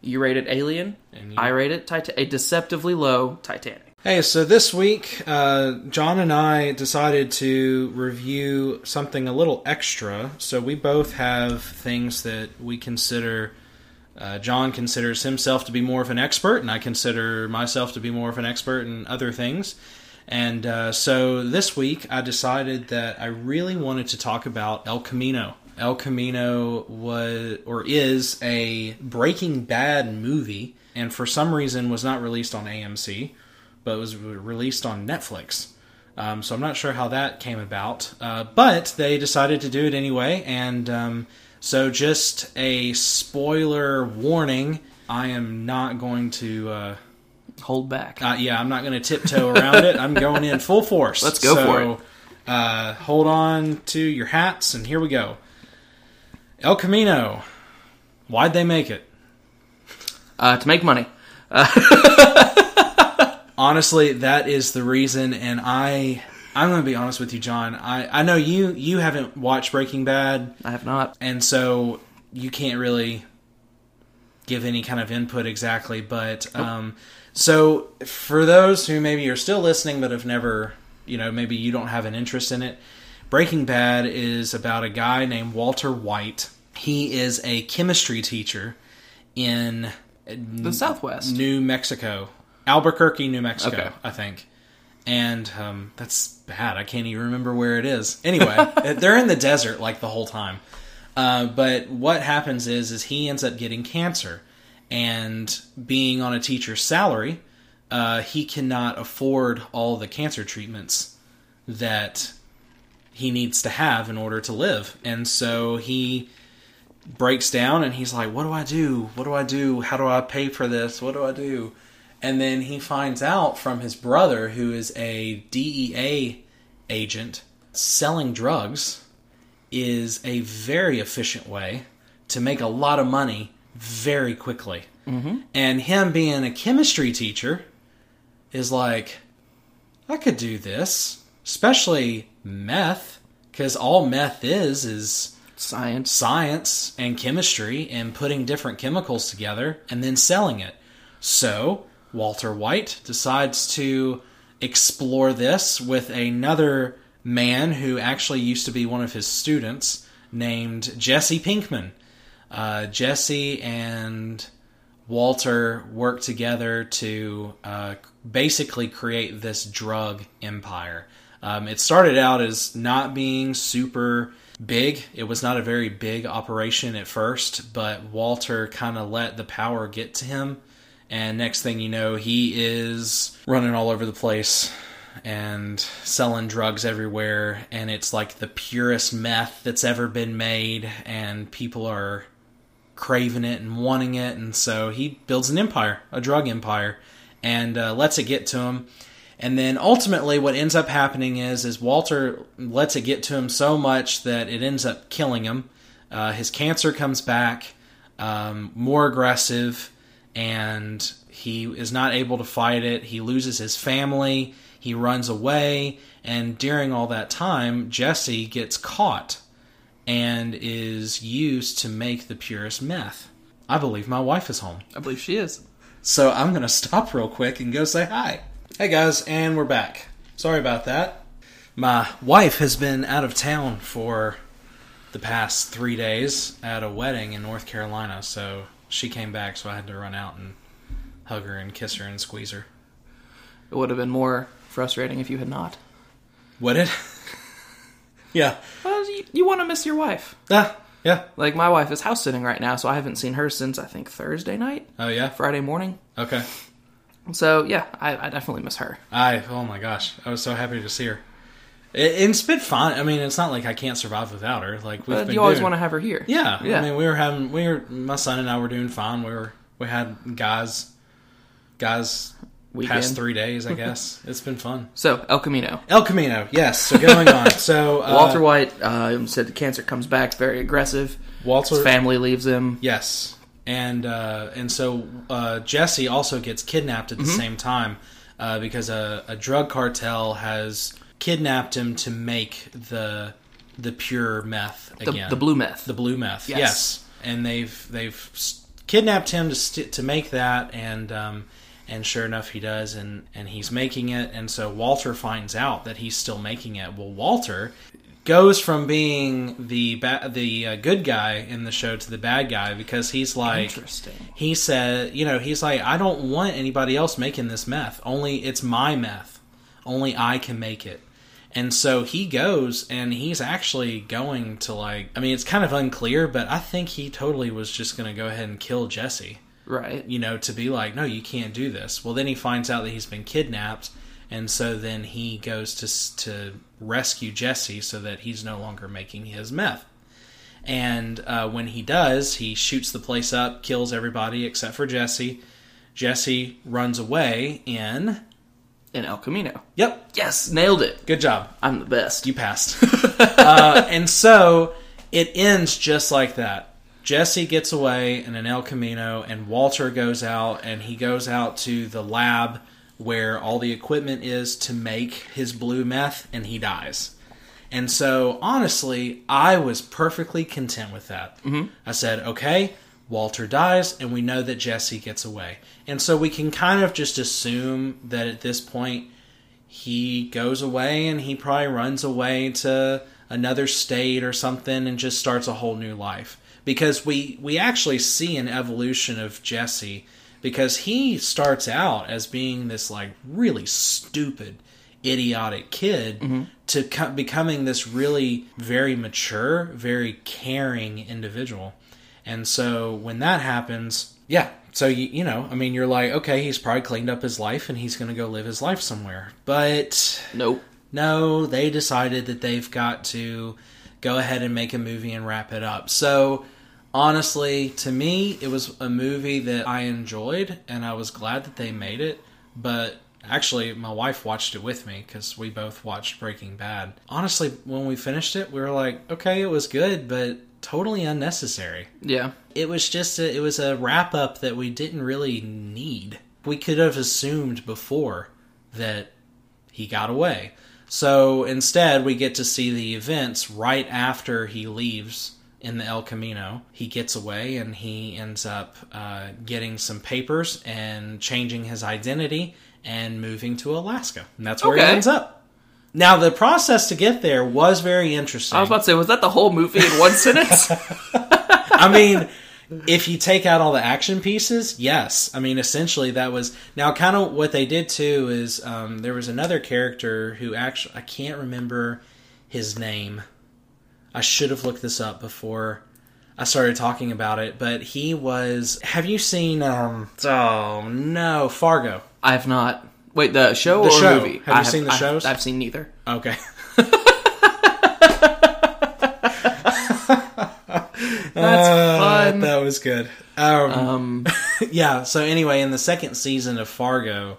you rated Alien.
And you-
I rate it Titan- a deceptively low Titanic.
hey, so this week, uh, John and I decided to review something a little extra. So we both have things that we consider. Uh, John considers himself to be more of an expert, and I consider myself to be more of an expert in other things. And uh, so this week, I decided that I really wanted to talk about El Camino. El Camino was or is a Breaking Bad movie, and for some reason was not released on AMC, but was re- released on Netflix. Um, so I'm not sure how that came about, uh, but they decided to do it anyway. And um, so, just a spoiler warning: I am not going to. Uh,
Hold back.
uh, yeah, I'm not going to tiptoe around it. I'm going in full force.
Let's go
so,
for
it. Uh, hold on to your hats, and here we go. El Camino. Why'd they make it?
Uh, to make money.
Honestly, that is the reason, and I. I'm going to be honest with you, John. I, I know you you haven't watched Breaking Bad,
I have not.
and so you can't really give any kind of input exactly but um, so for those who maybe are still listening but have never you know maybe you don't have an interest in it breaking bad is about a guy named walter white he is a chemistry teacher in
The Southwest.
New Mexico, Albuquerque, New Mexico,
Okay.
I think. And um, that's bad. I can't even remember where it is. Anyway, uh, they're in the desert like the whole time. Uh, but what happens is, is he ends up getting cancer, and being on a teacher's salary, uh, he cannot afford all the cancer treatments that he needs to have in order to live. And so he breaks down and he's like, "What do I do? What do I do? How do I pay for this? What do I do?" And then he finds out from his brother, who is a DEA agent, selling drugs is a very efficient way to make a lot of money very quickly. Mm-hmm. And him being a chemistry teacher is like, I could do this, especially meth, because all meth is is
Science.
science and chemistry and putting different chemicals together and then selling it. So Walter White decides to explore this with another man who actually used to be one of his students named Jesse Pinkman. Uh, Jesse and Walter work together to uh, basically create this drug empire. Um, it started out as not being super big. It was not a very big operation at first, but Walter kind of let the power get to him. And next thing you know, he is running all over the place and selling drugs everywhere. And it's like the purest meth that's ever been made. And people are craving it and wanting it. And so he builds an empire, a drug empire, and uh, lets it get to him. And then ultimately, what ends up happening is is Walter lets it get to him so much that it ends up killing him. Uh, his cancer comes back, um, more aggressive, and he is not able to fight it. He loses his family. He runs away, and during all that time, Jesse gets caught and is used to make the purest meth. I believe my wife is home.
I believe she is.
So I'm going to stop real quick and go say hi. Hey guys, and we're back. Sorry about that. My wife has been out of town for the past three days at a wedding in North Carolina, so she came back, so I had to run out and hug her and kiss her and squeeze her.
It would have been more frustrating if you had not.
Would it? yeah.
Well, you, you want to miss your wife.
Ah, yeah.
Like my wife is house sitting right now, so I haven't seen her since I think Thursday night,
Oh, yeah.
Friday morning.
Okay.
So yeah, I, I definitely miss her.
I oh my gosh, I was so happy to see her. It, and it's been fun. I mean, it's not like I can't survive without her. Like we've
But
been
you always
doing-
want to have her here.
Yeah,
Yeah.
I mean, we were having we were my son and I were doing fine. We were we had guys guys past
Weekend.
three days. I guess it's been fun.
So El Camino.
El Camino, yes. So going on. So uh,
Walter White um, said the cancer comes back very aggressive.
Walter,
His family leaves him.
yes, and uh, and so uh, Jesse also gets kidnapped at the
Mm-hmm.
same time uh, because a, a drug cartel has kidnapped him to make the the pure meth
The,
again.
the blue meth.
the blue meth. Yes,
Yes.
and they've they've s- kidnapped him to st- to make that, and um, and sure enough, he does, and and he's making it, and so Walter finds out that he's still making it. Well, Walter goes from being the ba- the uh, good guy in the show to the bad guy because he's like
Interesting.
he said, you know, he's like, I don't want anybody else making this meth. Only it's my meth. Only I can make it. And so he goes and he's actually going to like I mean it's kind of unclear, but I think he totally was just gonna go ahead and kill Jesse
Right.
you know, to be like, no, you can't do this. Well, then he finds out that he's been kidnapped, and so then he goes to s- to rescue Jesse so that he's no longer making his meth. And uh, when he does, he shoots the place up, kills everybody except for Jesse. Jesse runs away in.
In El Camino.
Yep,
Yes, nailed it.
good job.
I'm the best.
You passed. uh, and so it ends just like that. Jesse gets away in an El Camino, and Walter goes out, and he goes out to the lab where all the equipment is to make his blue meth, and he dies. And so, honestly, I was perfectly content with that. Mm-hmm. I said, okay, Walter dies, and we know that Jesse gets away. And so we can kind of just assume that at this point, he goes away and he probably runs away to another state or something and just starts a whole new life because we we actually see an evolution of Jesse because he starts out as being this like really stupid idiotic kid to co- becoming this really very mature very caring individual and so when that happens, yeah. So you you know, I mean, you're like, okay, he's probably cleaned up his life and he's going to go live his life somewhere. But
Nope.
no, they decided that they've got to go ahead and make a movie and wrap it up. So honestly, to me, it was a movie that I enjoyed, and I was glad that they made it. But actually, my wife watched it with me because we both watched Breaking Bad. Honestly, when we finished it, we were like, okay, it was good, but totally unnecessary.
Yeah.
It was just a, it was a wrap up that we didn't really need. We could have assumed before that he got away. So instead, we get to see the events right after he leaves in the El Camino. He gets away and he ends up uh, getting some papers and changing his identity and moving to Alaska. And that's where he
Okay.
ends up. Now, the process to get there was very interesting.
I was about to say, was that the whole movie in one sentence?
I mean, if you take out all the action pieces, yes. I mean, essentially that was now kind of what they did too is um, there was another character who actually I can't remember his name. I should have looked this up before I started talking about it, but he was. Have you seen? Um, oh no, Fargo.
I have not. Wait, the show
The
or
show.
movie?
Have you
I
seen the
I've-
shows?
I've seen neither.
Okay.
That's
Uh,
fun.
That was good. Um,
Um,
yeah. So anyway, in the second season of Fargo,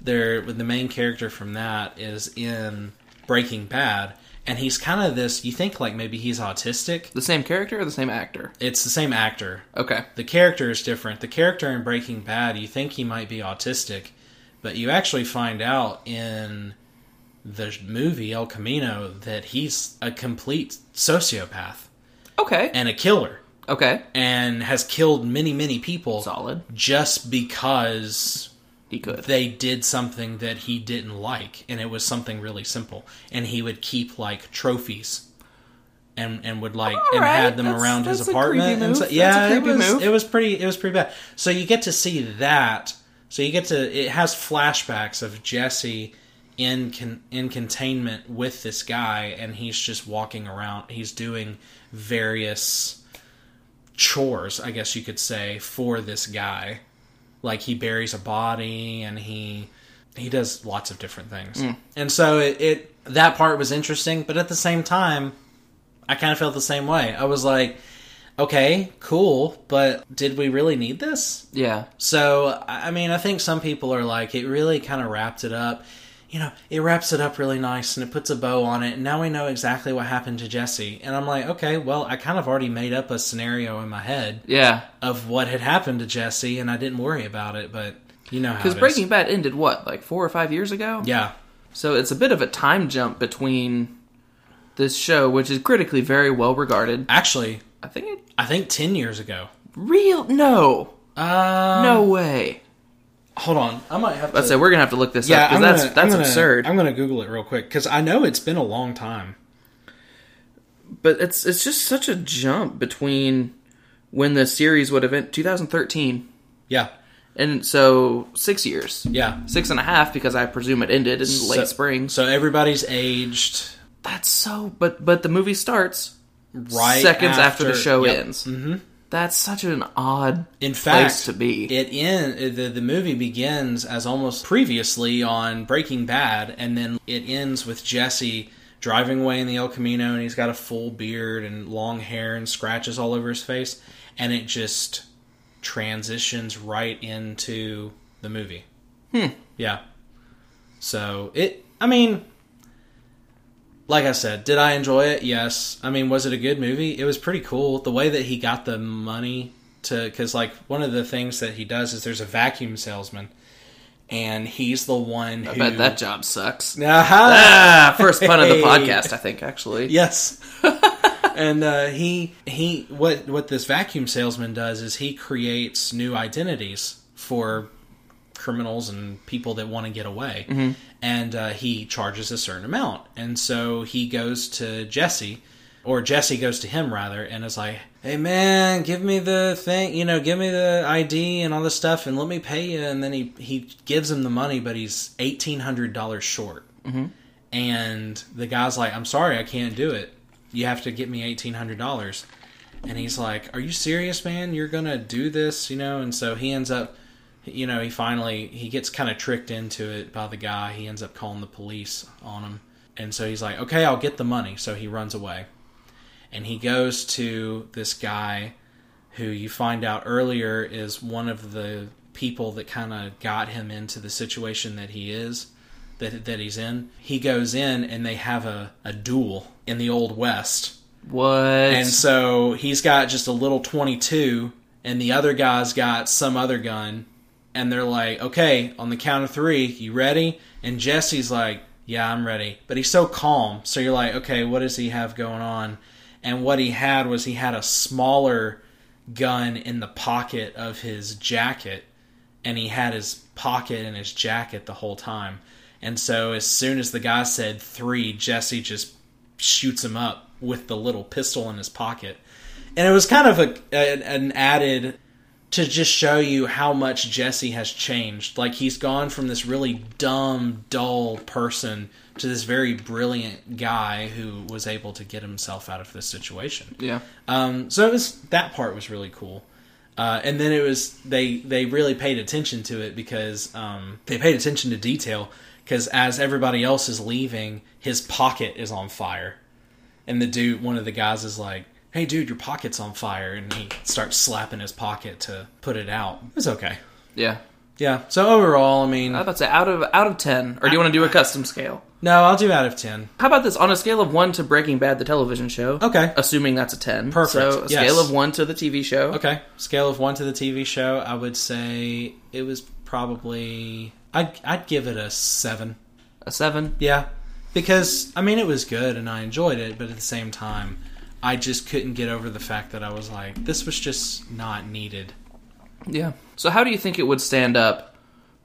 there with the main character from that is in Breaking Bad, and he's kind of this. You think like maybe he's autistic.
the same character or the same actor?
It's the same actor.
Okay.
The character is different. The character in Breaking Bad, you think he might be autistic, but you actually find out in the movie El Camino that he's a complete sociopath
Okay.
and a killer
Okay.
and has killed many many people
Solid.
just because
He could.
they did something that he didn't like and it was something really simple and he would keep like trophies and and would like and
right,
had them
that's-
around his
that's a creepy
apartment and
move.
so,
That's a
yeah it
creepy
was
move.
it was pretty it was pretty bad so you get to see that so you get to it has flashbacks of Jesse in con, in containment with this guy and he's just walking around he's doing various chores, I guess you could say, for this guy. Like he buries a body and he he does lots of different things. And so it, it that part was interesting, but at the same time, I kind of felt the same way. I was like, okay, cool, but did we really need this?
Yeah.
So, I I mean, I think some people are like, it really kind of wrapped it up. You know, it wraps it up really nice and it puts a bow on it. And now we know exactly what happened to Jesse. And I'm like, okay, well, I kind of already made up a scenario in my head
Yeah.
of what had happened to Jesse and I didn't worry about it, but you know how
Because
it is.
Breaking Bad ended what, like four or five years ago?
Yeah.
So it's a bit of a time jump between this show, which is critically very well regarded.
Actually,
I think it
I think 10 years ago.
real no.
Uh,
No way.
Hold on. I might have
Let's
to.
say we're gonna have to look this up because
I'm
that's
gonna-
that's
I'm gonna-
absurd.
I'm going to Google it real quick because I know it's been a long time.
But it's it's just such a jump between when the series would have been 2013,
Yeah.
and so six years,
Yeah.
six and a half because I presume it ended in
So-
late spring.
So everybody's aged.
That's so. But but the movie starts
right
seconds after, the show
Yep.
ends. Mm-hmm. That's such an odd.
In fact,
to be.
It in the the movie begins as almost previously on Breaking Bad, and then it ends with Jesse driving away in the El Camino, and he's got a full beard and long hair and scratches all over his face, and it just transitions right into the movie. Hmm. Yeah. So it. I mean. Like I said, did I enjoy it? Yes. I mean, was it a good movie? It was pretty cool. The way that he got the money to, because like one of the things that he does is there's a vacuum salesman, and he's the one
I
who.
bet that job sucks.
Aha!
Ah, first pun of
Hey.
the podcast, I think actually.
Yes. and uh, he he what what this vacuum salesman does is he creates new identities for criminals and people that want to get away, and uh, he charges a certain amount. And so he goes to Jesse, or Jesse goes to him rather, and is like, "Hey man, give me the thing, you know, give me the ID and all this stuff, and let me pay you." And then he he gives him the money, but he's eighteen hundred dollars short. And the guy's like, I'm sorry, I can't do it. You have to get me $1,800. And he's like, Are you serious, man? You're going to do this, you know? And so he ends up, you know, he finally, he gets kind of tricked into it by the guy. He ends up calling the police on him. And so he's like, Okay, I'll get the money. So he runs away. And he goes to this guy who you find out earlier is one of the people that kind of got him into the situation that he is that that he's in. He goes in and they have a, a duel in the old west.
What?
And so he's got just a little 22 and the other guy's got some other gun and they're like, "Okay, on the count of 3, you ready?" And Jesse's like, "Yeah, I'm ready." But he's so calm. So you're like, "Okay, what does he have going on?" And what he had was he had a smaller gun in the pocket of his jacket and he had his pocket in his jacket the whole time. And so as soon as the guy said three, Jesse just shoots him up with the little pistol in his pocket. And it was kind of a, an- an added to just show you how much Jesse has changed. Like he's gone from this really dumb, dull person to this very brilliant guy who was able to get himself out of this situation.
yeah.
Um, so it was that part was really cool, uh, and then it was they they really paid attention to it because um, they paid attention to detail because as everybody else is leaving, his pocket is on fire, and the dude one of the guys is like. Hey dude, your pocket's on fire, and he starts slapping his pocket to put it out. It's okay.
Yeah.
Yeah. So overall, I mean,
I was about to say out of out of ten, or do you want to do a custom scale?
no, I'll do out of ten.
How about this? On a scale of one to Breaking Bad, the television show.
Okay.
Assuming that's a ten.
Perfect,
So a
yes.
scale of one to the TV show.
Okay. Scale of one to the TV show, I would say it was probably I'd I'd give it a seven.
A seven.
Yeah, because I mean it was good and I enjoyed it, but at the same time, I just couldn't get over the fact that I was like, this was just not needed.
Yeah. So how do you think it would stand up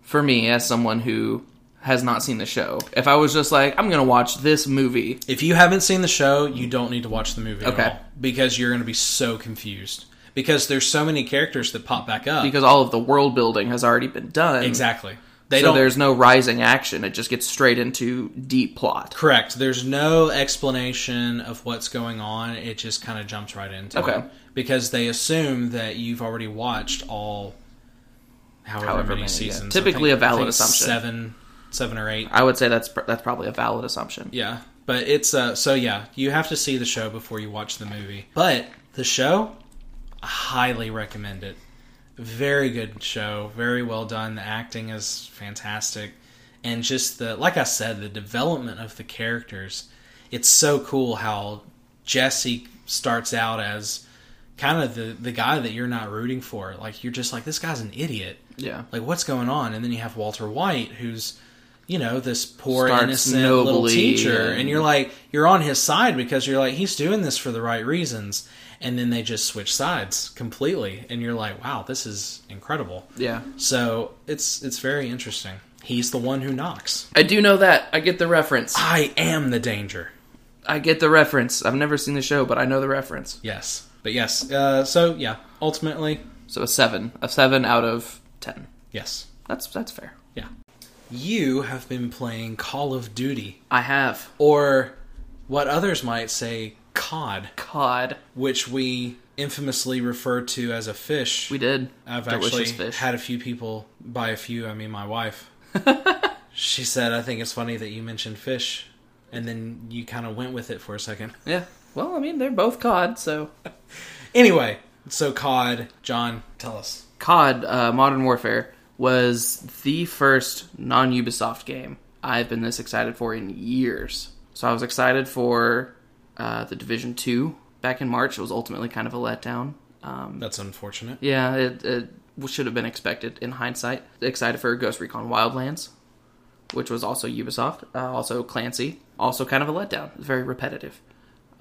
for me as someone who has not seen the show? If I was just like, I'm gonna watch this movie.
If you haven't seen the show, you don't need to watch the movie
Okay.
at all because you're going to be so confused because there's so many characters that pop back up.
Because all of the world building has already been done.
exactly, they
so
don't.
there's no rising action. It just gets straight into deep plot.
Correct. There's no explanation of what's going on. It just kind of jumps right into
Okay.
it. Because they assume that you've already watched all however,
However
many,
many, yeah.
seasons.
Typically a valid
I think
assumption.
Seven, seven or eight.
I would say that's pr- that's probably a valid assumption.
Yeah. But it's uh so yeah, you have to see the show before you watch the movie. But the show, I highly recommend it. Very good show, very well done. The acting is fantastic. And just the like I said, the development of the characters. It's so cool how Jesse starts out as kind of the the guy that you're not rooting for. Like you're just like this guy's an idiot.
Yeah.
Like what's going on? And then you have Walter White who's you know, this poor
Starts
innocent little
nobly
teacher
and-
and you're like you're on his side because you're like he's doing this for the right reasons and then they just switch sides completely and you're like wow this is incredible
Yeah.
so it's it's very interesting he's the one who knocks
I do know that. I get the reference.
i am the danger
I get the reference. I've never seen the show, but I know the reference.
yes but yes uh, so yeah ultimately
So a seven, a seven out of ten.
yes
That's that's fair.
yeah you have been playing call of duty
I have
or what others might say cod
cod.
which we infamously refer to as a fish
We did.
I've actually
Delicious fish.
had a few people by a few, I mean my wife. she said, I think it's funny that you mentioned fish. And then you kind of went with it for a second.
yeah. Well, I mean, they're both cod. So
Anyway, so COD, John, tell us.
cod, uh, Modern Warfare was the first non-Ubisoft game I've been this excited for in years. So I was excited for uh, the Division Two back in March. It was ultimately kind of a letdown. Um,
That's unfortunate.
Yeah, it, it should have been expected in hindsight. Excited for Ghost Recon Wildlands, which was also Ubisoft, uh, also Clancy, also kind of a letdown. It's very repetitive.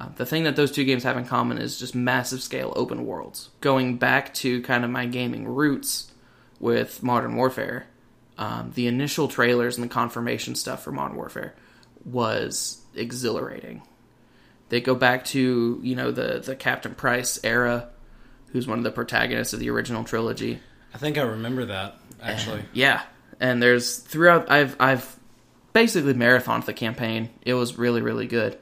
Uh, the thing that those two games have in common is just massive scale open worlds. Going back to kind of my gaming roots with Modern Warfare, um, the initial trailers and the confirmation stuff for Modern Warfare was exhilarating. They go back to you know the the Captain Price era, who's one of the protagonists of the original trilogy.
I think I remember that, actually.
Yeah, and there's throughout. I've I've basically marathoned the campaign. It was really really good.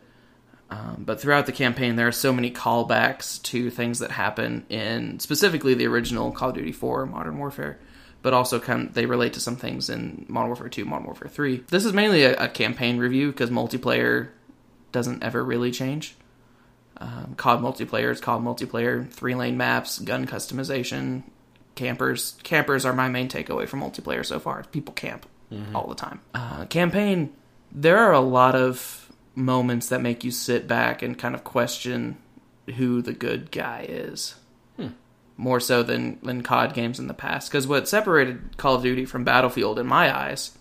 Um, but throughout the campaign, there are so many callbacks to things that happen in specifically the original Call of Duty 4, Modern Warfare, but also kind they relate to some things in Modern Warfare 2, Modern Warfare 3. This is mainly a, a campaign review because multiplayer doesn't ever really change. Um, COD multiplayer is COD multiplayer, three lane maps, gun customization, campers. Campers are my main takeaway from multiplayer so far. People camp all the time. Uh, campaign, there are a lot of moments that make you sit back and kind of question who the good guy is more so than than COD games in the past. Because what separated Call of Duty from Battlefield, in my eyes,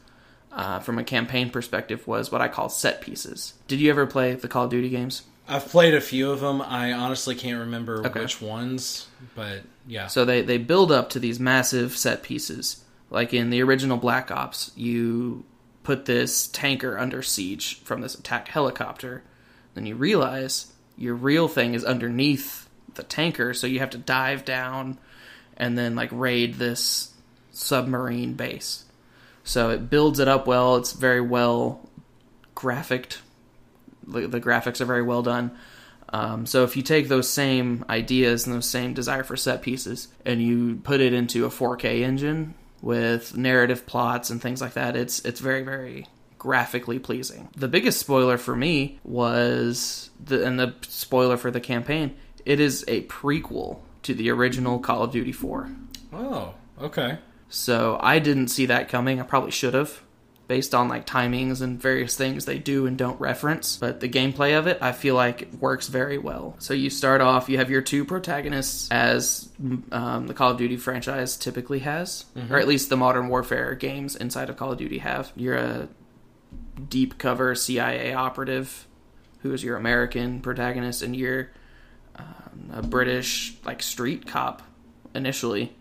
uh, from a campaign perspective, was what I call set pieces. Did you ever play the Call of Duty games?
I've played a few of them. I honestly can't remember
Uh-huh. Okay.
which ones, but yeah.
So they they build up to these massive set pieces. Like in the original Black Ops, you put this tanker under siege from this attack helicopter. Then you realize your real thing is underneath the tanker, so you have to dive down and then like raid this submarine base. So it builds it up well. It's very well graphicked. The, the graphics are very well done. Um, so if you take those same ideas and those same desire for set pieces and you put it into a 4K engine with narrative plots and things like that, it's it's very very graphically pleasing. The biggest spoiler for me was the and the spoiler for the campaign. It is a prequel to the original Call of Duty 4.
Oh, okay.
So I didn't see that coming. I probably should have, based on like timings and various things they do and don't reference. But the gameplay of it, I feel like works very well. So you start off, you have your two protagonists, as um, the Call of Duty franchise typically has, or at least the modern warfare games inside of Call of Duty have. You're a deep cover CIA operative, who is your American protagonist, and you're um, a British like street cop initially.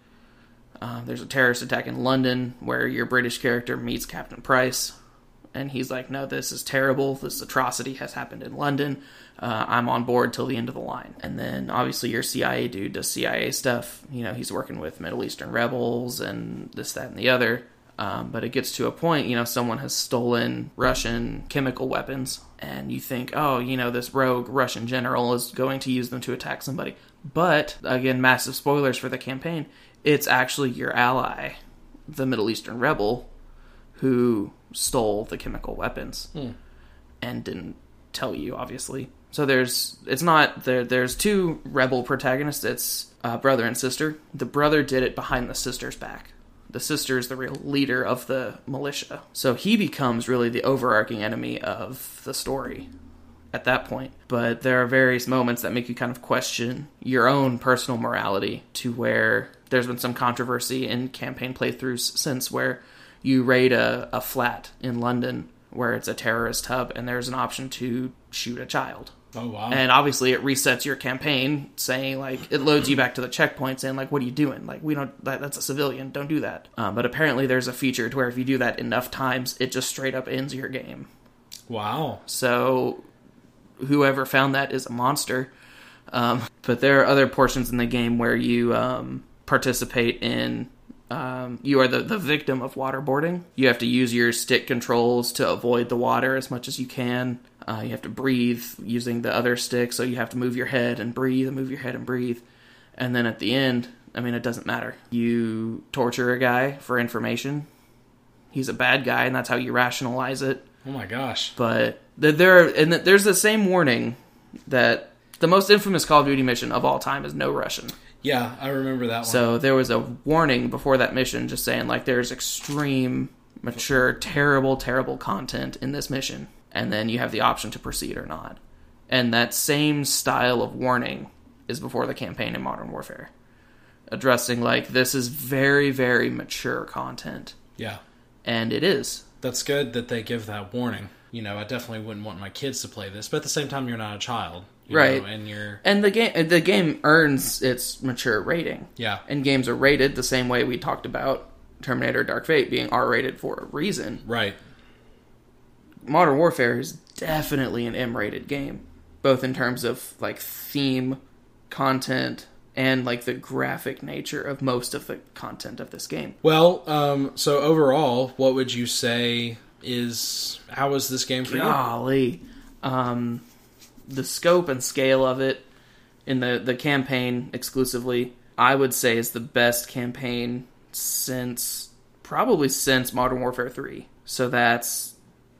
Um, there's a terrorist attack in London where your British character meets Captain Price, and he's like, "No, this is terrible. This atrocity has happened in London. Uh, I'm on board till the end of the line." And then obviously your CIA dude does CIA stuff. You know, he's working with Middle Eastern rebels and this, that, and the other. Um, but it gets to a point, you know, someone has stolen Russian chemical weapons, and you think, oh, you know, this rogue Russian general is going to use them to attack somebody. But, again, massive spoilers for the campaign, it's actually your ally, the Middle Eastern rebel, who stole the chemical weapons and didn't tell you, obviously. So there's it's not there. There's two rebel protagonists. It's uh, brother and sister. The brother did it behind the sister's back. The sister is the real leader of the militia. So he becomes really the overarching enemy of the story at that point. But there are various moments that make you kind of question your own personal morality to where there's been some controversy in campaign playthroughs since where you raid a, a flat in London where it's a terrorist hub and there's an option to shoot a child.
Oh wow.
And obviously, it resets your campaign, saying like it loads you back to the checkpoint, saying like, "What are you doing? Like, we don't. That, that's a civilian. Don't do that." Um, but apparently, there's a feature to where if you do that enough times, it just straight up ends your game.
wow.
So whoever found that is a monster. Um, but there are other portions in the game where you um, participate in. Um, you are the, the victim of waterboarding. You have to use your stick controls to avoid the water as much as you can. Uh, you have to breathe using the other stick, so you have to move your head and breathe and move your head and breathe. And then at the end, I mean, it doesn't matter. You torture a guy for information. He's a bad guy, and that's how you rationalize it
Oh my gosh.
but th- there and th- there's the same warning that the most infamous Call of Duty mission of all time is no Russian.
Yeah, I remember that one.
So there was a warning before that mission, just saying like there's extreme, mature, terrible, terrible content in this mission, and then you have the option to proceed or not. And that same style of warning is before the campaign in Modern Warfare, addressing like this is very, very mature content,
yeah.
and it is.
That's good that they give that warning. You know, I definitely wouldn't want my kids to play this, but at the same time you're not a child. you
Right.
know, and you're
And the game the game earns its mature rating.
Yeah.
And games are rated the same way we talked about Terminator Dark Fate being R rated for a reason.
right.
Modern Warfare is definitely an M rated game, both in terms of like theme, content, and like the graphic nature of most of the content of this game.
Well, um, so overall, what would you say is how was this game for you?
golly um the scope and scale of it in the the campaign exclusively i would say is the best campaign since probably since modern warfare 3 so that's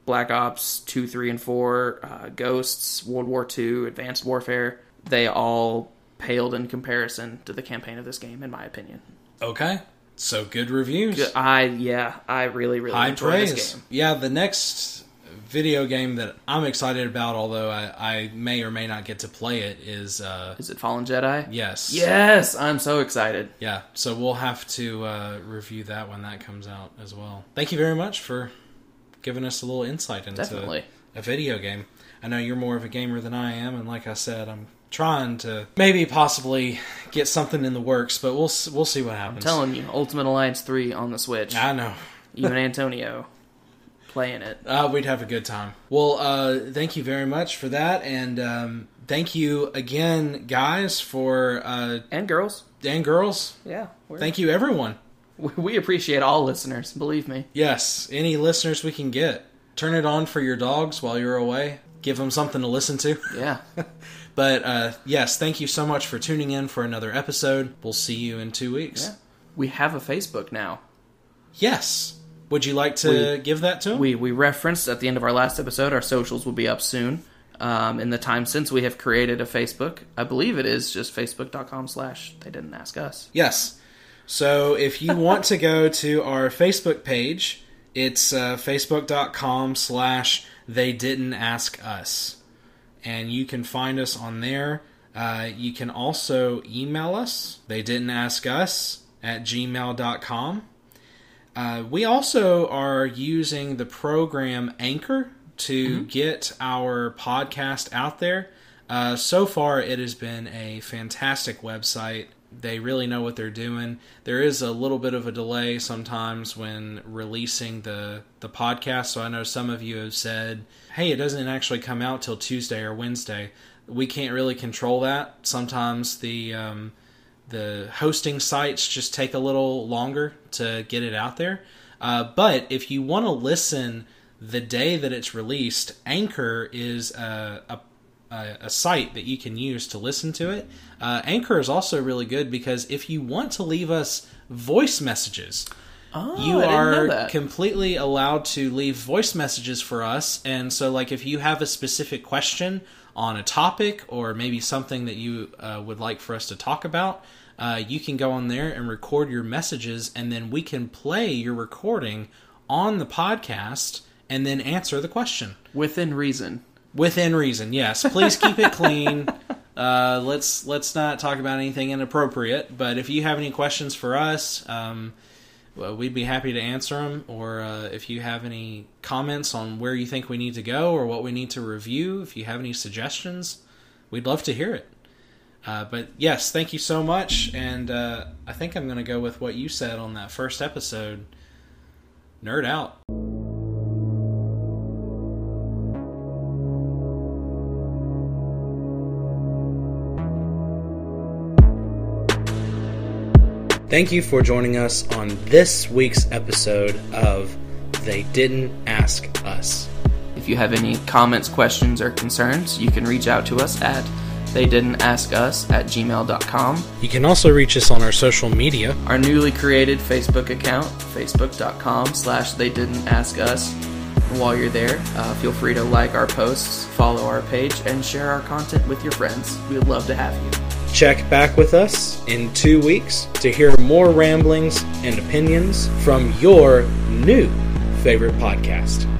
black ops 2 3 and 4 uh, ghosts world war 2 advanced warfare they all paled in comparison to the campaign of this game, in my opinion.
Okay. So good reviews.
I yeah, I really really
High
enjoy
praise.
this game.
Yeah, the next video game that I'm excited about, although I, I may or may not get to play it, is uh,
Is it Fallen Jedi?
yes.
Yes, I'm so excited.
Yeah. So we'll have to uh, review that when that comes out as well. Thank you very much for giving us a little insight into
Definitely.
a video game. I know you're more of a gamer than I am, and like I said, I'm trying to maybe possibly get something in the works, but we'll s- we'll see what happens.
Telling you, Ultimate Alliance three on the Switch.
I know.
You and Antonio playing it.
Uh, we'd have a good time. Well, uh, thank you very much for that, and um, thank you again, guys, for uh,
And girls.
and girls.
Yeah. We're,
Thank you, everyone.
we, we appreciate all listeners, believe me.
Yes, any listeners we can get. Turn it on for your dogs while you're away. Give them something to listen to.
Yeah.
But uh, yes, thank you so much for tuning in for another episode. We'll see you in two weeks.
yeah. We have a Facebook now.
Yes. Would you like to give that to 'em?
we we referenced at the end of our last episode our socials will be up soon um, in the time since we have created a facebook i believe it is just facebook.com slash they didn't ask us
Yes. So if you want to go to our Facebook page, it's uh, facebook.com slash they didn't ask us. And you can find us on there. Uh, you can also email us, they didn't ask us at gmail.com. Uh, we also are using the program Anchor to get our podcast out there. Uh, so far, it has been a fantastic website. They really know what they're doing. There is a little bit of a delay sometimes when releasing the the podcast. So I know some of you have said, "Hey, it doesn't actually come out till Tuesday or Wednesday." We can't really control that. Sometimes the um, the hosting sites just take a little longer to get it out there. Uh, but if you want to listen the day that it's released, Anchor is a, a a a site that you can use to listen to it. Uh, Anchor is also really good because if you want to leave us voice messages,
oh,
you
I didn't know
are
that.
completely allowed to leave voice messages for us and so like if you have a specific question on a topic or maybe something that you uh, would like for us to talk about uh, you can go on there and record your messages and then we can play your recording on the podcast and then answer the question
within reason
within reason yes please keep it clean uh, let's let's not talk about anything inappropriate but if you have any questions for us um, well, we'd be happy to answer them or uh, if you have any comments on where you think we need to go or what we need to review if you have any suggestions we'd love to hear it uh, but yes thank you so much and uh, i think i'm going to go with what you said on that first episode nerd out Thank you for joining us on this week's episode of They Didn't Ask Us.
if you have any comments questions or concerns you can reach out to us at they didn't ask us at gmail.com
You can also reach us on our social media.
our newly created facebook account facebook.com slash they didn't ask us while you're there uh, feel free to like our posts follow our page and share our content with your friends we would love to have you
Check back with us in two weeks to hear more ramblings and opinions from your new favorite podcast.